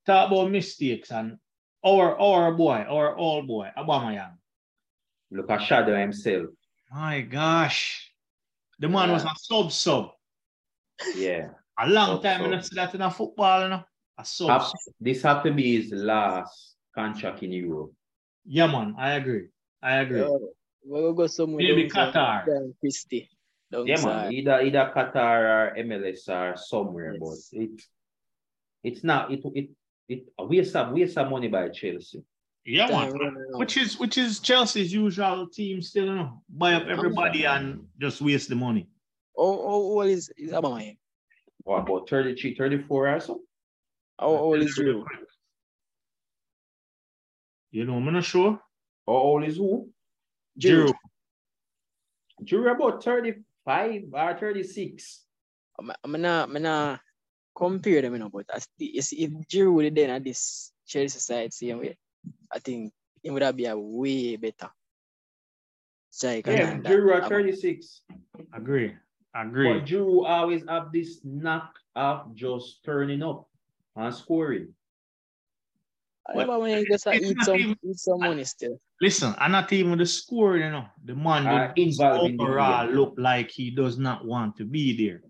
Speaker 2: talk about mistakes and our our boy, our old boy, Abamayang.
Speaker 3: Look at Shadow himself.
Speaker 2: My gosh, the man was a sub sub.
Speaker 3: Yeah.
Speaker 2: A long time
Speaker 3: Sub-sub.
Speaker 2: I see that in a football, you know. A sub.
Speaker 3: Have- this have to be his last contract in Europe.
Speaker 2: Yeah, man, I agree. I agree.
Speaker 1: Uh, We'll go somewhere. down
Speaker 2: Maybe
Speaker 1: south,
Speaker 2: Qatar.
Speaker 1: down Christie. down
Speaker 3: Yeah,
Speaker 1: south.
Speaker 3: man. Either either Qatar or MLS or somewhere, but
Speaker 1: Yes.
Speaker 3: it it's not it it it waste of waste of money by Chelsea.
Speaker 2: Yeah,
Speaker 1: Damn,
Speaker 2: man.
Speaker 1: no, no, no.
Speaker 2: Which is which is Chelsea's usual team still, you know, buy up everybody and just waste the money.
Speaker 1: How how old is is Aubameyang?
Speaker 3: What about 33, 34 or so?
Speaker 1: How old is you?
Speaker 2: You know, I'm not sure.
Speaker 3: How old is who?
Speaker 2: Drew.
Speaker 3: Drew about 35 or 36.
Speaker 1: I'm I'm not I'm not compare them, you know, but I still, you see, if Giroud would then at this Chelsea side same way, I think it would have been a way better. striker
Speaker 3: Yeah,
Speaker 1: than that.
Speaker 3: Drew at
Speaker 1: Um,
Speaker 3: 36.
Speaker 2: Agree. Agree.
Speaker 3: But Drew always have this knack of just turning up and scoring.
Speaker 1: I remember when he just uh,
Speaker 2: It's
Speaker 1: eat
Speaker 2: not
Speaker 1: some
Speaker 2: even-
Speaker 1: eat some money still.
Speaker 2: Listen, and not even the score, you know, the man
Speaker 3: Uh,
Speaker 2: don't
Speaker 3: involved in the
Speaker 2: overall
Speaker 3: game.
Speaker 2: look like he does not want to be there.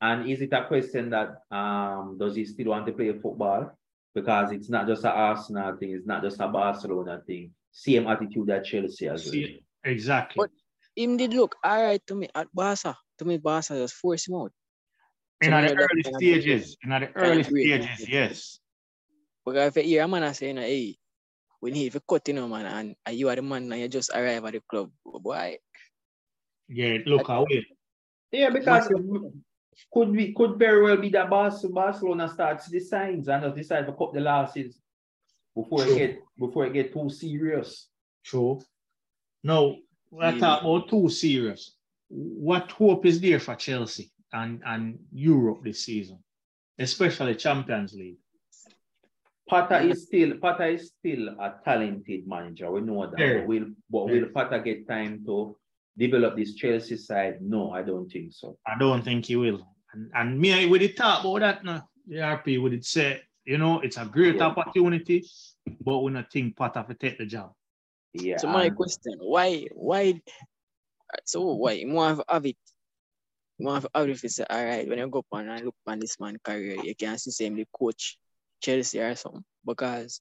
Speaker 3: And is it a question that um does he still want to play football? Because it's not just a Arsenal thing, it's not just a Barcelona thing. Same attitude that Chelsea has.
Speaker 2: See, exactly.
Speaker 1: But Him did look alright to me at Barca. To me, Barca just force him out.
Speaker 2: in
Speaker 1: Something
Speaker 2: the
Speaker 1: like that
Speaker 2: early
Speaker 1: can agree.
Speaker 2: stages, in the early
Speaker 1: agree.
Speaker 2: stages, yes.
Speaker 1: Because if you hear a man and say, you know, hey, we need to cut, you know, man, and, and you are the man and you just arrive at the club, boy.
Speaker 2: Yeah, look away.
Speaker 3: Yeah, because could be could very well be that Bas- Barcelona starts the signs and just decide to cut the losses before
Speaker 2: True.
Speaker 3: it get before it get too serious.
Speaker 2: True. No, we're talking about too serious. What hope is there for Chelsea and, and Europe this season, especially Champions League?
Speaker 3: Potter is still Potter is still a talented manager. We know that.
Speaker 2: Very.
Speaker 3: But will but
Speaker 2: Very.
Speaker 3: will Potter get time to develop this Chelsea side? No, I don't think so.
Speaker 2: I don't think he will. And, and me, with it talk about that now, the RP would it say, you know, it's a great
Speaker 3: Yeah.
Speaker 2: opportunity, but we don't think Potter will take the job.
Speaker 3: Yeah.
Speaker 1: So my
Speaker 3: and-
Speaker 1: question, why, why, uh, so why, you want to have it, you want to have it, if you say, all right, when you go up and I look on this man career, you can see same the coach, Chelsea or something, because,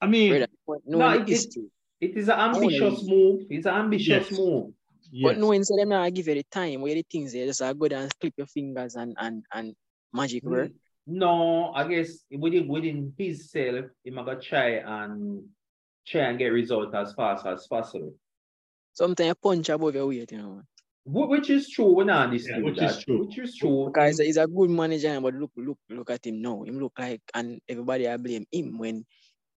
Speaker 2: I mean,
Speaker 1: brother, but
Speaker 3: Hmm. No,
Speaker 1: knowing
Speaker 3: it-
Speaker 1: the history,
Speaker 3: It is an
Speaker 1: wanna
Speaker 3: ambitious
Speaker 1: leave.
Speaker 3: move. It's an ambitious
Speaker 2: Yes.
Speaker 3: move.
Speaker 2: yes.
Speaker 1: but knowing so them not give you the time, where the things, they just are good and clip your fingers and, and, and magic
Speaker 3: Hmm.
Speaker 1: work.
Speaker 3: No, I guess within within his self, he might go try and try and get result as fast as possible.
Speaker 1: Sometimes you punch above your weight, you know, man.
Speaker 3: Wh- Which is true, we're not this
Speaker 2: Yeah, which is true.
Speaker 3: Which is true.
Speaker 1: Because he's a good manager, but look, look, look at him now. Him look like, and everybody I blame him when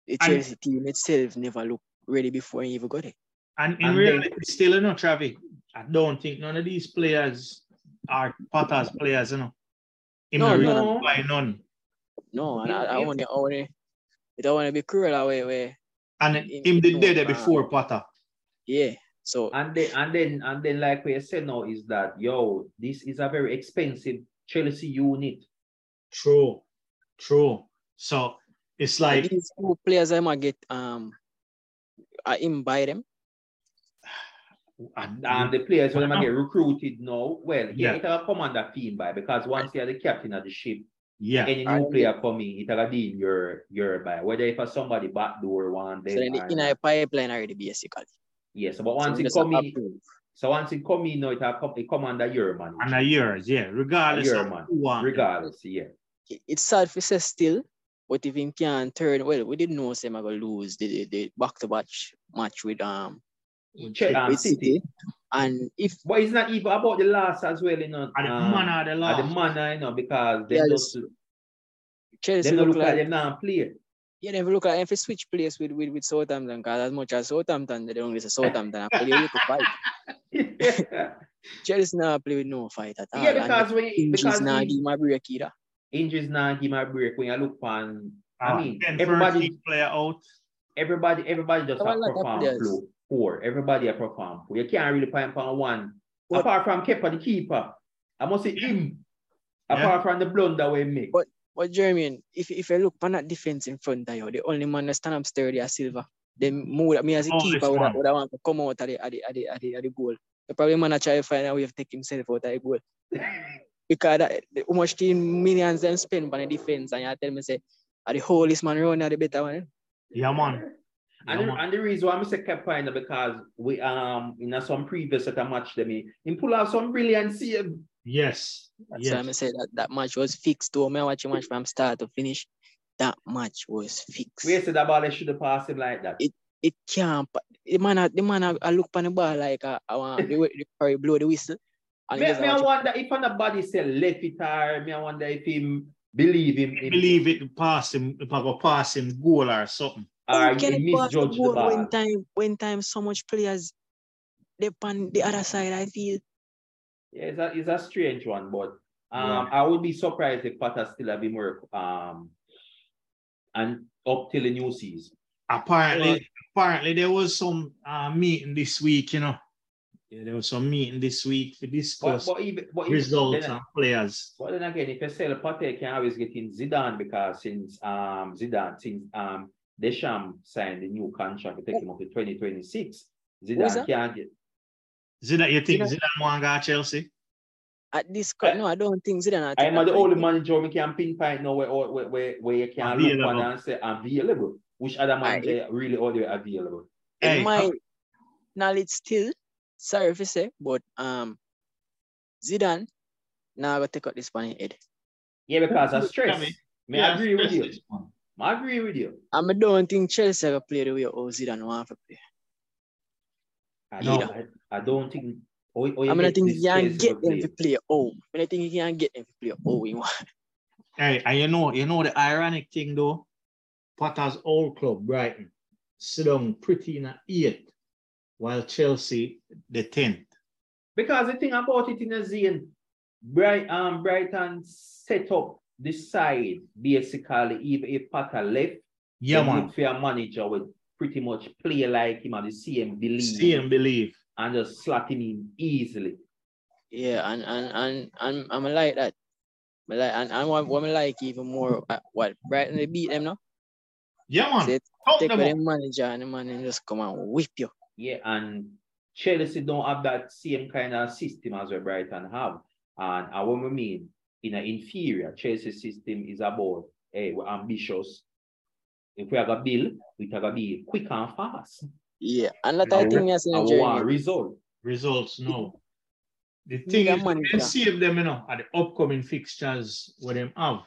Speaker 1: the
Speaker 2: And-
Speaker 1: Chelsea team itself never looked ready before he even got it.
Speaker 2: And in
Speaker 3: And
Speaker 2: reality, still, you know, Travis, I don't think none of these players are Potter's players, you know. Him
Speaker 1: No,
Speaker 2: no,
Speaker 1: no,
Speaker 3: no.
Speaker 2: by none.
Speaker 1: No, and I, I
Speaker 3: Yeah, yeah.
Speaker 1: want to, I want to, it don't want to be cruel away, where,
Speaker 2: And
Speaker 1: In-
Speaker 2: him did
Speaker 1: no,
Speaker 2: did it
Speaker 1: uh,
Speaker 2: before Potter.
Speaker 1: yeah. So,
Speaker 3: And then and then and then like we said now is that yo, this is a very expensive Chelsea unit.
Speaker 2: True. True. So it's like
Speaker 1: these two players I might get, um, I him buy them.
Speaker 2: and,
Speaker 3: And the players when I get recruited now, well,
Speaker 2: Yeah.
Speaker 3: yeah, it'll come under team by because once you're the captain of the ship,
Speaker 2: yeah,
Speaker 3: any
Speaker 1: And
Speaker 3: new player coming, it'll deal your your buy. Whether if it's somebody backdoor one
Speaker 1: So
Speaker 3: day.
Speaker 1: then the inner pipeline already basically.
Speaker 3: Yes, but
Speaker 1: So
Speaker 3: once
Speaker 1: we
Speaker 3: it
Speaker 1: just
Speaker 3: come in,
Speaker 1: approve.
Speaker 3: so once it come in, now it'll come, it come under your man.
Speaker 2: and a years, yeah, regardless
Speaker 3: A year,
Speaker 2: of
Speaker 3: man.
Speaker 2: who won.
Speaker 3: Regardless, yeah.
Speaker 1: It- It's sad for say still, But if him can't turn, well, we didn't know Sam going to lose the, the, back to back match with um,
Speaker 3: Check um,
Speaker 1: with City. eh?
Speaker 3: City.
Speaker 1: And if
Speaker 3: But it's not even about the last as well, you know.
Speaker 2: And the
Speaker 3: um,
Speaker 2: man are the
Speaker 3: at
Speaker 2: last.
Speaker 3: the manner, you know, because they
Speaker 1: Yeah,
Speaker 3: just
Speaker 1: Chelsea
Speaker 3: they don't
Speaker 1: look
Speaker 3: look like
Speaker 1: like,
Speaker 3: they not play.
Speaker 1: yeah, they look like if you switch place with, with, with Southampton, because as much as Southampton, they don't listen to Southampton, I play you to fight.
Speaker 3: yeah,
Speaker 1: Chelsea now play with no fight at all. Ah, and
Speaker 3: because when you-
Speaker 1: injuries
Speaker 3: because
Speaker 1: now
Speaker 3: in-
Speaker 1: give my break either.
Speaker 3: injuries now give a break when you look on.
Speaker 2: Ah,
Speaker 3: I mean,
Speaker 2: then first
Speaker 3: everybody,
Speaker 2: team player out.
Speaker 3: everybody, everybody just
Speaker 1: There were
Speaker 3: have
Speaker 1: a lot of
Speaker 3: perform
Speaker 1: players.
Speaker 3: flow. Poor. Everybody have perform poor. You can't really find on one.
Speaker 1: But-
Speaker 3: Apart from Kepa, the keeper. I must say him.
Speaker 2: Yeah.
Speaker 3: Apart from the blunder we make.
Speaker 1: But- But Jeremy, if if you look on that defense in front of you, the only man that stand up sturdy is Silva. Then more me as a
Speaker 2: Oh,
Speaker 1: keeper
Speaker 2: this
Speaker 1: would,
Speaker 2: one.
Speaker 1: would have want to come out of the, of the, of the, of the, of the goal. The problem man a try to find a way of taking himself out of the goal. Because that, the- how much team millions them spend on the defense and you tell me say, are the holiest man around are the better one.
Speaker 2: Yeah, man. Yeah,
Speaker 3: And, the,
Speaker 2: man.
Speaker 3: and the reason why I'm say Kepa in there because we um in a some previous at a match them he he pull out some brilliant save.
Speaker 2: Yes.
Speaker 1: That's
Speaker 2: yes.
Speaker 1: why I say that, that match was fixed. Though me watch the match from start to finish, that match was fixed.
Speaker 3: We said the ball they should have passed him like that.
Speaker 1: it can't. pa- The man, a- the man, a, a look on the ball like a, a, a, the way the sorry, blow the whistle. And
Speaker 3: Me,
Speaker 1: just
Speaker 3: me I
Speaker 1: watch it.
Speaker 3: wonder if anybody say left it or me I wonder if him believe him, him
Speaker 2: believe it pass him if I go pass him goal or something.
Speaker 3: or
Speaker 1: How can
Speaker 3: he
Speaker 1: it pass the
Speaker 3: misjudged the
Speaker 1: goal
Speaker 3: ball.
Speaker 1: when time when time so much players they on the other side? I feel
Speaker 3: Yeah, it's a, it's a strange one, but um,
Speaker 2: Yeah.
Speaker 3: I would be surprised if Potter still have him work um, and up till the new season.
Speaker 2: Apparently, apparently there was some uh, meeting this week, you know. Yeah, there was some meeting this week to
Speaker 3: But,
Speaker 2: discuss
Speaker 3: but even but even-
Speaker 2: results
Speaker 3: then,
Speaker 2: and players.
Speaker 3: but then again, if you sell Potter, you can always get in Zidane because since um Zidane since um Deschamps signed the new contract to take him up to 2026, Zidane
Speaker 1: that?
Speaker 3: can't get
Speaker 2: Zidane, you
Speaker 1: You
Speaker 2: think
Speaker 1: know-
Speaker 2: Zidane want to go to Chelsea?
Speaker 1: at this cut, no, I don't think Zidane.
Speaker 3: I am the only manager we can pinpoint now where, where, where, where you can look
Speaker 2: Available.
Speaker 3: on and say available. Which other manager really all the way available?
Speaker 2: Hey,
Speaker 1: In my knowledge, still, sorry if you say, but um, Zidane now gonna take out this one head.
Speaker 3: Yeah, because of
Speaker 2: Yeah,
Speaker 3: stress.
Speaker 2: me-
Speaker 3: May I agree with you. I agree with you.
Speaker 1: And I don't think Chelsea gonna play the way how Zidane want to play. Yeah.
Speaker 3: I don't, I, I don't think. Oh, oh,
Speaker 1: I mean, I think you can
Speaker 3: this
Speaker 1: get them
Speaker 3: place
Speaker 1: to
Speaker 3: is
Speaker 1: play at home. I mean, I think you can get them to play at home. you want.
Speaker 2: Hey, and you know, you know the ironic thing though, Potter's old club, Brighton, sit down pretty in a eighth, while Chelsea the tenth.
Speaker 3: Because the thing about it in a Zane, Bright, um, Brighton set up the side basically if, if Pata left,
Speaker 2: Yeah,
Speaker 3: they
Speaker 2: man.
Speaker 3: look for a manager would pretty much play like him and the same believe
Speaker 2: See and believe.
Speaker 3: and just slot him in easily.
Speaker 1: Yeah, and and and and I'm like that. But like, and and what, what I like even more, uh, what Brighton they beat them now.
Speaker 2: Yeah, man.
Speaker 1: Say,
Speaker 2: Help
Speaker 1: take
Speaker 2: them
Speaker 1: with
Speaker 2: up.
Speaker 1: the manager and the manager just come and whip you.
Speaker 3: Yeah, and Chelsea don't have that same kind of system as what Brighton have. And I what we mean in an inferior Chelsea system is about hey, we're ambitious. If we have a bill, we have to be quick and fast.
Speaker 1: Yeah, and that
Speaker 2: I
Speaker 1: I think that's
Speaker 3: I
Speaker 1: in
Speaker 3: want
Speaker 1: Germany.
Speaker 3: result.
Speaker 2: results no. The thing
Speaker 1: Nigga
Speaker 2: is,
Speaker 1: money,
Speaker 2: can
Speaker 1: yeah.
Speaker 2: save them, you know, at the upcoming fixtures what them have.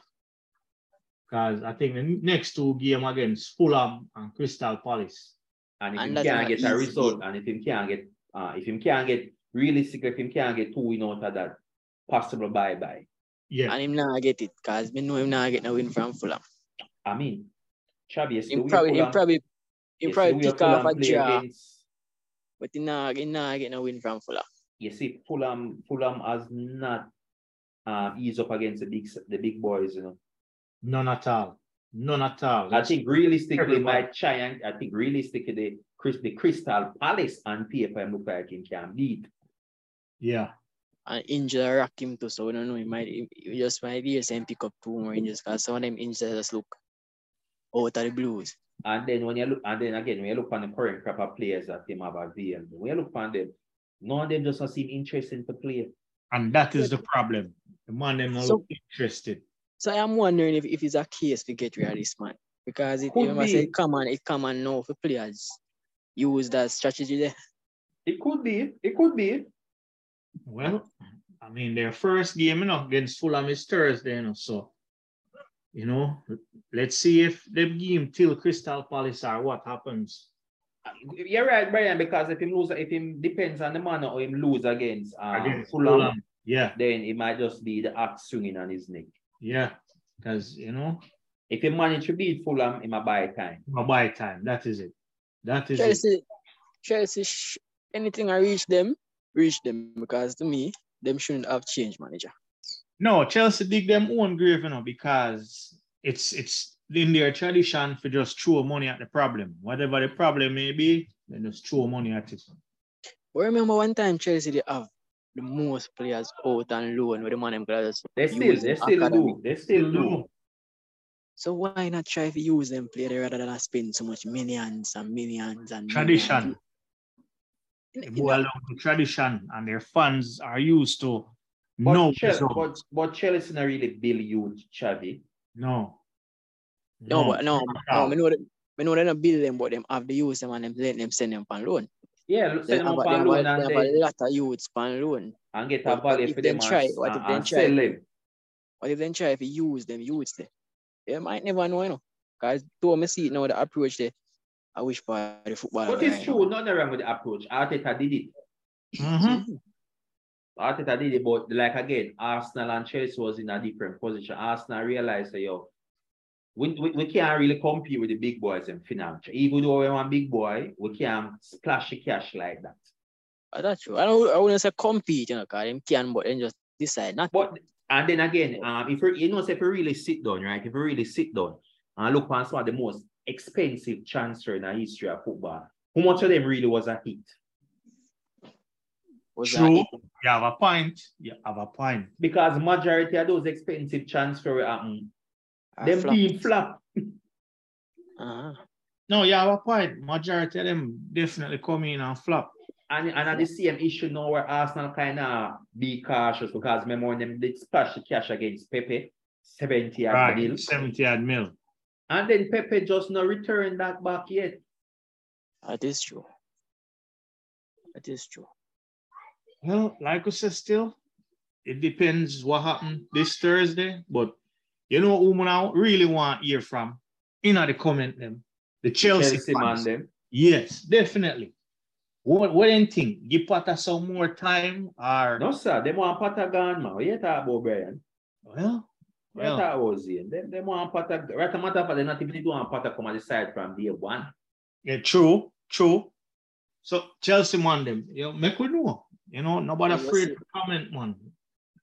Speaker 2: Because I think the next two game against Fulham and Crystal Palace.
Speaker 3: And if
Speaker 1: And
Speaker 3: him
Speaker 1: that's
Speaker 3: can't
Speaker 1: not
Speaker 3: get
Speaker 1: easy.
Speaker 3: a result, and if him can't get uh, if him can't get realistic, if him can't get two win out of that, possible bye bye.
Speaker 2: Yeah,
Speaker 1: And him now get it, cause me know him now get no win from Fulham.
Speaker 3: I mean, Chabi is
Speaker 1: Him probably, him probably, him probably pick off a draw,
Speaker 3: against
Speaker 1: but he now, he now get no win from Fulham.
Speaker 3: you see, Fulham, Fulham has not um, eased up against the big the big boys. You know,
Speaker 2: none at all. None at all.
Speaker 3: I think realistically,
Speaker 2: Everybody.
Speaker 3: my giant. I think realistically, the Chris, the Crystal Palace and PFM look like him can beat.
Speaker 2: yeah.
Speaker 1: And injury rock him too, so we don't know. He might, he he just might be saying pick up two more injuries, cause some of them injuries just look out of the blues.
Speaker 3: And then when you look, and then again, when you look on the current crop of players that them have available, when you look on them, none of them just not seem interesting to play.
Speaker 2: And that is the problem. The man them not
Speaker 1: So-
Speaker 2: look interested.
Speaker 1: So I'm wondering if, if it's a case to get rid of this man. Because it,
Speaker 3: Could
Speaker 1: you must say
Speaker 3: be.
Speaker 1: come on, it come on now for players use that strategy there.
Speaker 3: It could be, it could be.
Speaker 2: Well, I mean, their first game, you know, against Fulham is Thursday, you know, so, you know, Let's see if they give him till Crystal Palace or what happens.
Speaker 3: You're right, Brian, because if him lose, if him depends on the manner or him lose against, um,
Speaker 2: Against
Speaker 3: Fulham,
Speaker 2: Fulham. Yeah,
Speaker 3: then it might just be the axe swinging on his neck.
Speaker 2: yeah. Because, you know,
Speaker 3: If he manage to beat Fulham, he might buy time.
Speaker 2: my buy time. That is it. That is it.
Speaker 1: Chelsea, Chelsea, sh- anything I reach them, reach them because to me, them shouldn't have changed manager.
Speaker 2: No, Chelsea dig them own grave, you know, because it's it's in their tradition for just throw money at the problem. Whatever the problem may be, they just throw money at it.
Speaker 1: But remember one time Chelsea they have the most players out and low and where the man them could have just
Speaker 3: They still,
Speaker 1: use
Speaker 3: they
Speaker 1: them
Speaker 3: still
Speaker 1: academy.
Speaker 3: do. They still do.
Speaker 1: So why not try to use them player there rather than spend so much millions and millions and
Speaker 2: Tradition. They
Speaker 1: millions? You
Speaker 2: go
Speaker 1: know,
Speaker 2: along to tradition and their fans are used to
Speaker 3: But,
Speaker 2: no
Speaker 3: Chel-
Speaker 2: result.
Speaker 3: but, but Chelsea not really build you, Chavi.
Speaker 2: no.
Speaker 1: no, but no, no,
Speaker 2: no.
Speaker 1: me know that me know they don't build them, but them have to use them and them let them send them on loan.
Speaker 3: Yeah,
Speaker 1: They
Speaker 3: send
Speaker 1: have,
Speaker 3: them
Speaker 1: a-
Speaker 3: up
Speaker 1: they
Speaker 3: on
Speaker 1: have,
Speaker 3: loan
Speaker 1: a-
Speaker 3: and,
Speaker 1: they have
Speaker 3: then-
Speaker 1: a lot of youths on loan.
Speaker 3: and get a
Speaker 1: But
Speaker 3: value
Speaker 1: if
Speaker 3: for
Speaker 1: they
Speaker 3: them and,
Speaker 1: try, what if
Speaker 3: and-
Speaker 1: they
Speaker 3: and
Speaker 1: try?
Speaker 3: sell them.
Speaker 1: But if then try if you use them, use them. They might never know, you know. Guys, to me see it now the approach there. I wish for the football.
Speaker 3: But it's true, nothing wrong with the approach. Arteta did it.
Speaker 2: Mhm.
Speaker 3: Hmm? Arteta did it, but like again, Arsenal and Chelsea was in a different position. Arsenal realized that yo, we, we, we can't really compete with the big boys in finance. Even though we're one big boy, we can't splash the cash like that.
Speaker 1: Ah, That's true. I don't I wouldn't say compete, you know, because them can but then just decide not
Speaker 3: But and then again, um, if you you know, say if you really sit down, right? If you really sit down and look at some of the most expensive transfer in the history of football, how much of them really was a hit?
Speaker 1: was that
Speaker 2: True.
Speaker 1: it?
Speaker 2: You have a point. You have a point.
Speaker 3: Because majority of those expensive transfer happen,
Speaker 1: Or
Speaker 3: them
Speaker 1: Ah, flop.
Speaker 3: being flop.
Speaker 1: Uh-huh.
Speaker 2: No, you have a point. Majority of them definitely come in and flop.
Speaker 3: And, and at the same issue now where Arsenal kind of be cautious because remember when them did splash the cash against Pepe, 70 at the deal.
Speaker 2: Right. 70 at mil.
Speaker 3: And then Pepe just not return that back yet.
Speaker 1: That is true. That is true.
Speaker 2: Well, like I said, still, it depends what happened this Thursday. But you know who man I really want to hear from? In the comment them. The Chelsea, fans.
Speaker 3: man them.
Speaker 2: Yes, definitely. What what do you think? Give Pata some more time or
Speaker 3: No, sir, they want Patagon, man. What you talk about, Brian?
Speaker 2: well,
Speaker 3: What you
Speaker 2: well,
Speaker 3: talk about, Zane? Them, them want Patagon. Right, a matter of fact, they not even doing Patagon come on the side from day one.
Speaker 2: yeah, true, true. So Chelsea man them, you know, make we know. You know, nobody
Speaker 1: Yeah, we'll
Speaker 2: afraid
Speaker 1: see.
Speaker 2: to comment, man.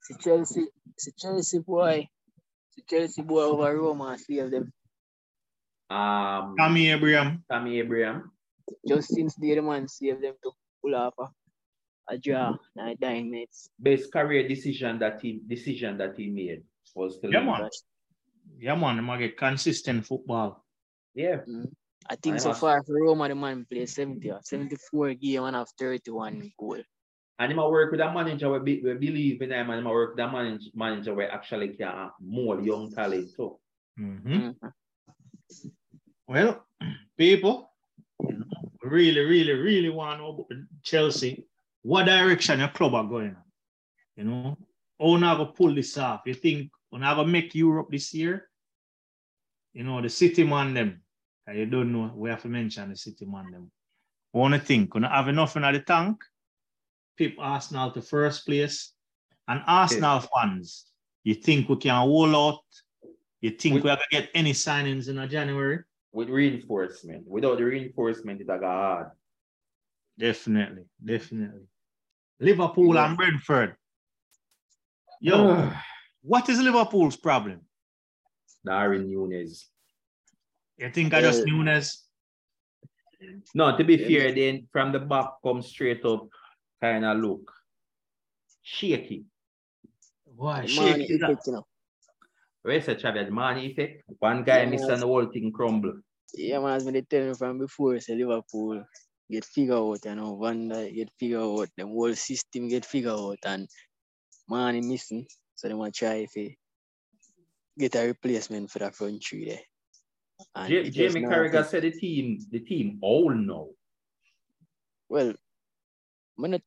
Speaker 1: See Chelsea, see Chelsea boy. See Chelsea boy over Roma and save them.
Speaker 3: Um,
Speaker 2: Tommy Abraham.
Speaker 3: Tammy Abraham.
Speaker 1: Just since day the man save them to pull off a, a draw, nine nine minutes.
Speaker 3: Best career decision that he decision that he made was to
Speaker 2: Yeah,
Speaker 3: leave.
Speaker 2: man. Yeah, man, I'm gonna get consistent football.
Speaker 3: Yeah,
Speaker 1: I think
Speaker 3: I
Speaker 1: so
Speaker 3: must-
Speaker 1: far for Roma, the man played 70 or 74 game and have 31 goal.
Speaker 3: And him a work with a manager we, be, we believe in him and him a work with a manage, manager we actually can mold young talent. So
Speaker 2: Mhm.
Speaker 1: Mhm.
Speaker 2: Well, people, you know, we really, really, really want to know about Chelsea. What direction your club are going? on? You know, oh, now go pull this off. You think we're not gonna make Europe this year? You know, the city man them. And you don't know. We have to mention the city man them. Wanna think? Gonna have enough in the tank? Pip Arsenal to first place, and Arsenal fans. You think we can roll out? You think
Speaker 3: We-
Speaker 2: we are gonna get any signings in uh, January?
Speaker 3: with reinforcement, without the reinforcement, it's like hard.
Speaker 2: Definitely, definitely. Liverpool and Brentford. Yo, what is Liverpool's problem?
Speaker 3: Darwin Nunes.
Speaker 2: You think I just
Speaker 1: Uh,
Speaker 2: Nunes?
Speaker 3: No, to be
Speaker 1: Yeah.
Speaker 3: fair, then from the back come straight up, kind of look shaky.
Speaker 2: Why?
Speaker 1: The man,
Speaker 2: Shaky.
Speaker 1: he picked, you know.
Speaker 3: Where's the Chavi the man effect? One guy
Speaker 1: Yeah,
Speaker 3: miss
Speaker 1: man.
Speaker 3: and the whole thing crumble.
Speaker 1: Yeah, man, as they tell me from before, say Liverpool get figure out, you know, Van Dijk get figure out, the whole system get figure out, and man, he missing. So they want to try if he get a replacement for that front three there. And
Speaker 3: Ja-
Speaker 1: it just
Speaker 3: Jamie
Speaker 1: now-
Speaker 3: Carragher said the team, the team all now.
Speaker 1: Well, man, not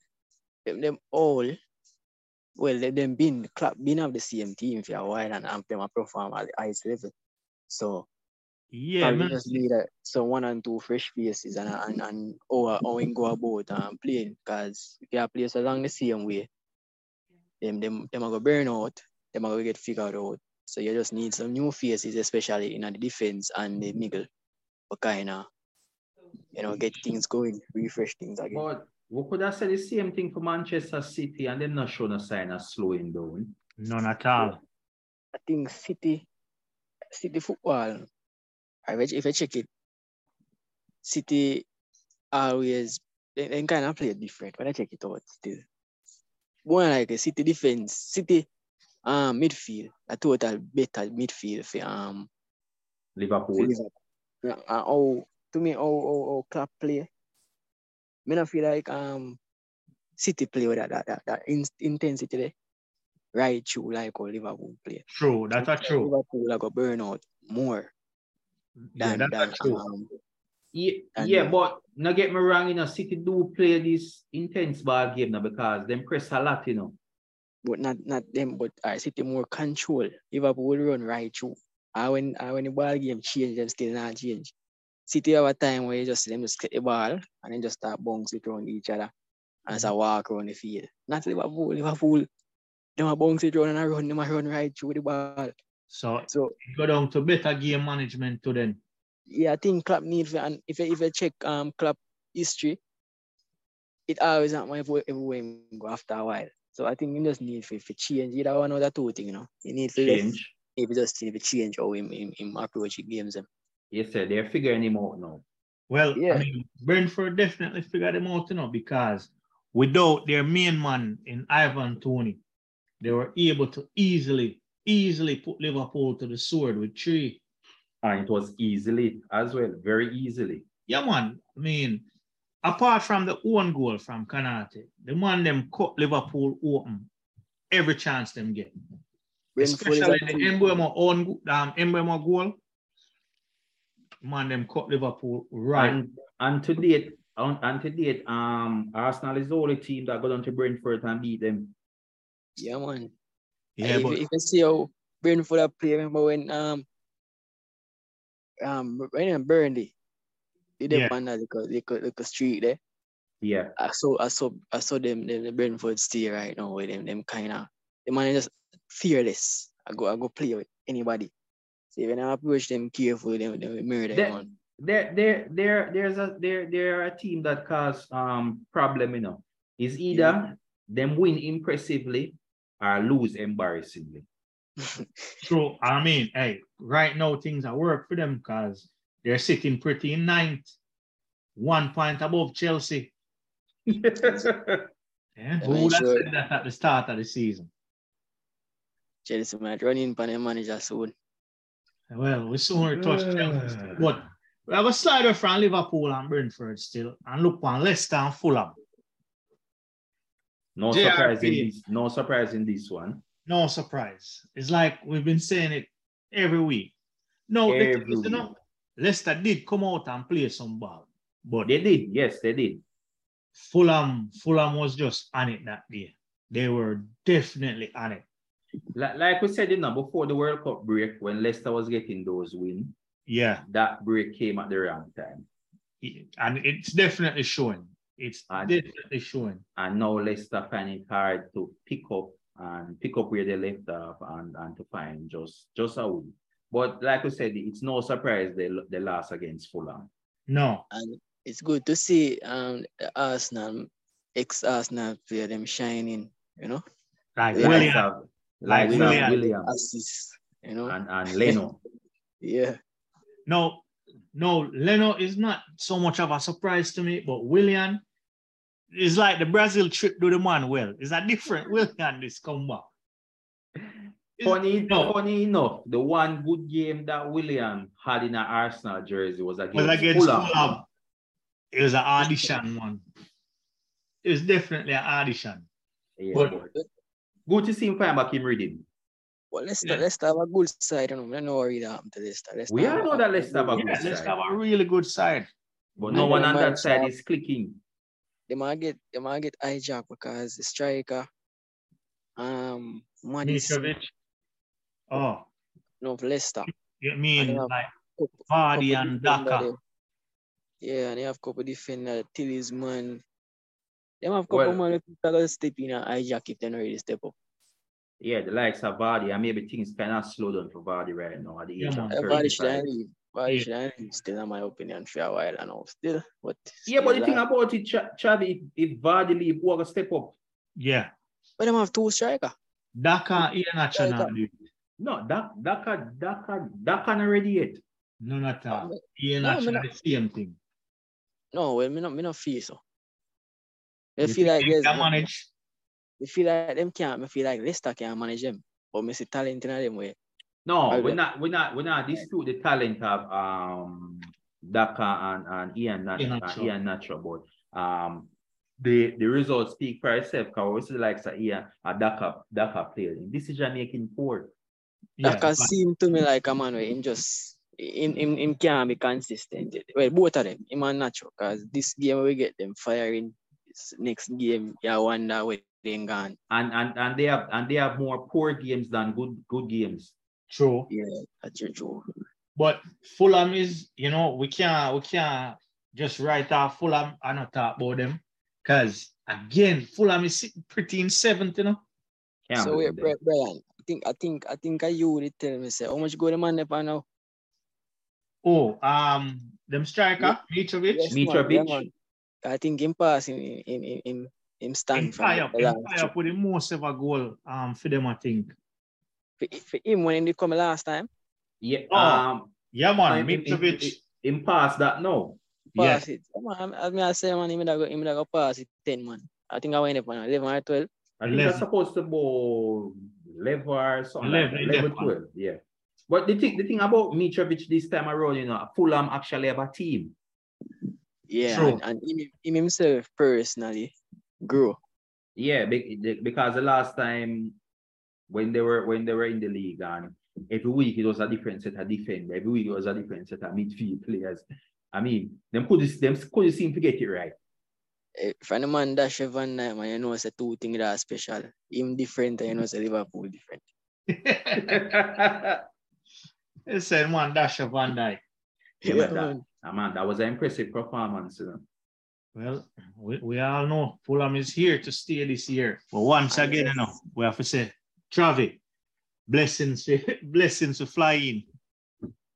Speaker 1: them, them all. Well, they, them been club been have the same team for a while and, and them a perform at the highest level. So
Speaker 2: Yeah,
Speaker 1: Probably
Speaker 2: man.
Speaker 1: just need a, some one and two fresh faces and and and or or we go about and playing because if you play so long the same way, them them them are gonna burn out, them are gonna get figured out. So you just need some new faces, especially in the defense and the middle, for kind of you know get things going, refresh things again.
Speaker 3: But we could have said the same thing for Manchester City and them not showing a sign of slowing down.
Speaker 2: None at all.
Speaker 1: I think City, City football. I bet if I check it, City always they, they kind of play different. When I check it out, still more like a City defense, City um midfield, a total better midfield for um for
Speaker 3: Liverpool.
Speaker 1: Liverpool. Yeah, and how to me how how, how club play. Me not feel like um City play with that that that, that in, intensity there. Right through like how Liverpool play.
Speaker 2: True. That's a true.
Speaker 1: Liverpool like a burnout more
Speaker 2: Yeah,
Speaker 1: than
Speaker 2: that's a
Speaker 1: than
Speaker 2: true.
Speaker 1: um,
Speaker 3: Yeah,
Speaker 1: And-
Speaker 3: yeah, but now get me wrong, you know, City do play this intense ball game now because them press a lot, you know.
Speaker 1: but not not them but I City more control. Liverpool will run right through. And when and when the ball game change, them still not change. City have a time where you just them just get the ball and then just start bounce it around each other and
Speaker 2: Mm-hmm.
Speaker 1: just a walk around the field. Not Liverpool. Liverpool them a bounce it around and a run, them a run right through the ball.
Speaker 2: So
Speaker 1: So
Speaker 2: go down to better game management to them.
Speaker 1: yeah, I think Klopp need for, and if you, if you check um Klopp history, it always not my everywhere him go after a while. So I think you just need for, for change either one or the two thing, you know. You need for
Speaker 3: Change.
Speaker 1: if you just need to change how him, him, him approach the games. Him.
Speaker 3: Yes, sir, they're figuring him out now.
Speaker 2: Well, I
Speaker 1: Yeah.
Speaker 2: mean, Brentford definitely figured them out, you know, because without their main man in Ivan Tony, they were able to easily, easily put Liverpool to the sword with three.
Speaker 3: And it was easily as well, very easily.
Speaker 2: Yeah, man. I mean, apart from the own goal from Kanate, the man them cut Liverpool open every chance them get.
Speaker 1: Brentford is
Speaker 2: Especially
Speaker 1: a
Speaker 2: the
Speaker 1: team-
Speaker 2: Embuemo own go- um, Embuemo goal. Man, them cut Liverpool right.
Speaker 3: And, and to date, on, and to date, um, Arsenal is the only team that got down to Brentford and beat them.
Speaker 1: Yeah, man.
Speaker 2: yeah,
Speaker 1: if,
Speaker 2: but
Speaker 1: if you see how Brentford have played, remember when um um when Burnley did them
Speaker 2: Yeah.
Speaker 1: on that little, little, little street there.
Speaker 3: Yeah,
Speaker 1: I saw I saw I saw them them the Brentford stay right now with them them kind of the man is just fearless. I go I go play with anybody. So when I approach them carefully, them they will murder
Speaker 3: That-
Speaker 1: them. man.
Speaker 3: there, there, there, there's a there, there are a team that cause um problem. You know, is either them win impressively or lose embarrassingly.
Speaker 2: True. I mean, hey, right now things are work for them because they're sitting pretty in ninth, one point above Chelsea. Yeah.
Speaker 1: Yeah,
Speaker 2: Who
Speaker 1: man,
Speaker 2: would have
Speaker 1: sure.
Speaker 2: said that at the start of the season?
Speaker 1: Chelsea might run in pan their manager soon.
Speaker 2: Well, we soon retouch Chelsea.
Speaker 3: Yeah.
Speaker 2: still, But we have a slider from Liverpool and Brentford still. And look on Leicester and Fulham.
Speaker 3: no
Speaker 2: JRP.
Speaker 3: surprise in this. No surprise in this one.
Speaker 2: No surprise. It's like we've been saying it every week. No, the thing
Speaker 3: Every
Speaker 2: is, you know,
Speaker 3: week.
Speaker 2: Leicester did come out and play some ball. But
Speaker 3: They did, yes, they did.
Speaker 2: Fulham, Fulham was just on it that day. They were definitely on it.
Speaker 3: Like, like we said, you know, before the World Cup break, when Leicester was getting those wins,
Speaker 2: Yeah,
Speaker 3: that break came at the wrong time.
Speaker 2: it- and it's definitely showing. It's
Speaker 3: And-
Speaker 2: definitely showing.
Speaker 3: And now Leicester finding it hard to pick up and pick up where they left off and, and to find just just a win. But like we said, it's no surprise they, lo- they lost against Fulham.
Speaker 2: No,
Speaker 1: And it's good to see um the Arsenal, ex Arsenal player them shining, you know,
Speaker 2: like
Speaker 1: Yeah.
Speaker 2: William,
Speaker 3: Have,
Speaker 2: Like
Speaker 3: like we have
Speaker 2: Willian.
Speaker 3: William
Speaker 1: assists, you know.
Speaker 3: and, and Leno.
Speaker 1: yeah.
Speaker 2: no, no, Leno is not so much of a surprise to me, but William is like the Brazil trip to the man. Well, it's a different William this comeback. It's-
Speaker 3: Funny,
Speaker 2: no.
Speaker 3: funny enough, the one good game that William had in an Arsenal jersey was against,
Speaker 2: was against
Speaker 3: Fulham.
Speaker 2: Fulham. It was an audition one. It was definitely an audition.
Speaker 3: Yeah,
Speaker 2: But-
Speaker 3: but good to see him find back in reading.
Speaker 1: Well, Leicester,
Speaker 2: Yeah.
Speaker 1: Leicester have a good side, you know. I don't know what really happened to Leicester. Leicester
Speaker 3: We all
Speaker 1: have
Speaker 3: know
Speaker 1: a-
Speaker 3: that Leicester have a good
Speaker 2: Yeah, let's
Speaker 3: side.
Speaker 2: have a really good side.
Speaker 3: But
Speaker 1: I
Speaker 3: no one
Speaker 1: don't
Speaker 3: on that
Speaker 1: mind
Speaker 3: side
Speaker 1: Saab.
Speaker 3: is clicking.
Speaker 1: they might get they might get hijacked because the striker, um, Madison
Speaker 2: Mitrovic. Oh,
Speaker 1: no Leicester.
Speaker 2: you mean
Speaker 1: I know.
Speaker 2: like Vardy and
Speaker 1: defender
Speaker 2: Daka.
Speaker 1: there. Yeah, and they have couple defender, Tilly's man. Them have couple
Speaker 3: Well-
Speaker 1: man that gotta step in and hijack if they not ready to step up.
Speaker 3: Yeah, the likes of Vardy, and maybe things kind of slow down for Vardy right now at the
Speaker 2: Yeah,
Speaker 3: age
Speaker 2: man.
Speaker 3: of
Speaker 1: Eh, Vardy
Speaker 3: 35.
Speaker 1: shouldn't leave. Vardy
Speaker 2: Yeah.
Speaker 1: shouldn't leave. Still, in my opinion, for a while and all. Still, but
Speaker 3: Yeah, but
Speaker 1: still uh,
Speaker 3: the thing
Speaker 1: like-
Speaker 3: about it, Cha- Chavi, if, if Vardy leave, who are gonna step up?
Speaker 2: Yeah.
Speaker 1: but them have two striker.
Speaker 2: Daka Iheanacho.
Speaker 3: No, that that can that can that can already yet.
Speaker 2: None at all.
Speaker 1: No, me
Speaker 2: Iheanacho,
Speaker 1: not-
Speaker 2: the same thing.
Speaker 1: No, well, me not, me not feel so. I
Speaker 2: You
Speaker 1: feel like
Speaker 2: think
Speaker 1: yes,
Speaker 2: can
Speaker 1: I
Speaker 2: manage.
Speaker 1: feel like them can't. I feel like Leicester can't manage them. But me see talent in them way.
Speaker 3: No,
Speaker 1: I
Speaker 3: we're
Speaker 1: will.
Speaker 3: not we're not we're not these two the talent of um Daka and, and Ian Nacho,
Speaker 2: Ian
Speaker 3: and
Speaker 2: Nacho.
Speaker 3: Ian Nacho, but um the the results speak for itself because we see like say Ian a Daka Daka player. Decision making poor.
Speaker 2: Yeah,
Speaker 1: that can
Speaker 2: but-
Speaker 1: seem to me like a man where him just him, him, him can't be consistent. Well, both of them, him and Nacho, because this game we get them firing. This next game, yeah, wonder where they gone.
Speaker 3: And and and they have and they have more poor games than good good games.
Speaker 2: True.
Speaker 1: Yeah, that's your true.
Speaker 2: But Fulham is, you know, we can't we can't just write off Fulham and not talk about them. Cause again, Fulham is sitting pretty in seventh, you know.
Speaker 3: Can't
Speaker 1: so wait,
Speaker 3: blame them.
Speaker 1: Bri- Brian, I think I think I think I you would tell me say how much go the man up now.
Speaker 2: Oh, um, them striker, Mitrovic.
Speaker 1: Yes, man,
Speaker 3: Mitrovic.
Speaker 1: yeah, man. I think him passing in in in in him
Speaker 2: Him
Speaker 1: stand from
Speaker 2: tie up,
Speaker 1: the
Speaker 2: him
Speaker 1: last
Speaker 2: tie up with the most ever goal um for them, I think.
Speaker 1: for, for him when he come last time.
Speaker 3: Yeah,
Speaker 2: Oh,
Speaker 3: um
Speaker 2: Yeah, man,
Speaker 3: I'm in- in-
Speaker 2: Mitrovic.
Speaker 3: in, in past that no.
Speaker 2: Yeah,
Speaker 1: Pass it. Come on, I mean I say man, him that go him that go pass it ten man. I think I went up on eleven or twelve.
Speaker 3: I think that's
Speaker 2: Eleven.
Speaker 3: supposed to be level or something
Speaker 2: Eleven,
Speaker 3: like that.
Speaker 2: eleven.
Speaker 3: Level 12, yeah. But the thing, the thing about Mitrovic this time around, you know, Fulham actually have a team.
Speaker 1: Yeah,
Speaker 2: True.
Speaker 1: and, and him, him himself personally grew.
Speaker 3: Yeah, be- the- because the last time when they were when they were in the league and every week it was a different set of defender, every week it was a different set of midfield players. I mean, them could them could seem to get it right.
Speaker 1: Eh, From the man dash Van Dijk, man, you know it's a two thing that are special. Him different, and you know it's a Liverpool different.
Speaker 2: They said one dash of Van Dyke.
Speaker 3: Yeah,
Speaker 1: Yeah,
Speaker 3: that-
Speaker 1: man.
Speaker 3: Ah, man, that was an impressive performance. You know.
Speaker 2: Well, we, we all know Fulham is here to stay this year. But once
Speaker 1: Ah,
Speaker 2: again,
Speaker 1: yes.
Speaker 2: you know, we have to say, Travi, blessings, blessings to fly in.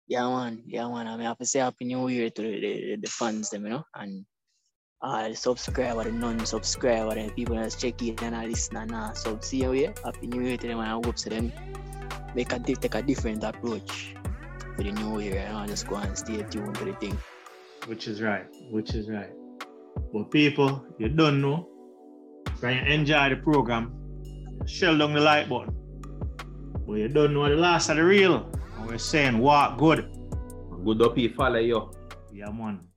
Speaker 1: Yeah, man. Yeah, man. I mean, I have to say Happy New Year to the, the, the fans, them, you know, and uh, the subscriber, the non subscriber, the people that's checking and are listening and uh, sub. See you here. Happy New Year to them, and I hope so them they can take, take a different approach for the new year, you know, just go and stay tuned to the thing.
Speaker 2: Which is right. Which is right. But people, you don't know. Try and enjoy the program. Shell down the like button. But you don't know the last of the real. And we're saying walk good.
Speaker 3: Good up here, follow you.
Speaker 2: Yeah, man.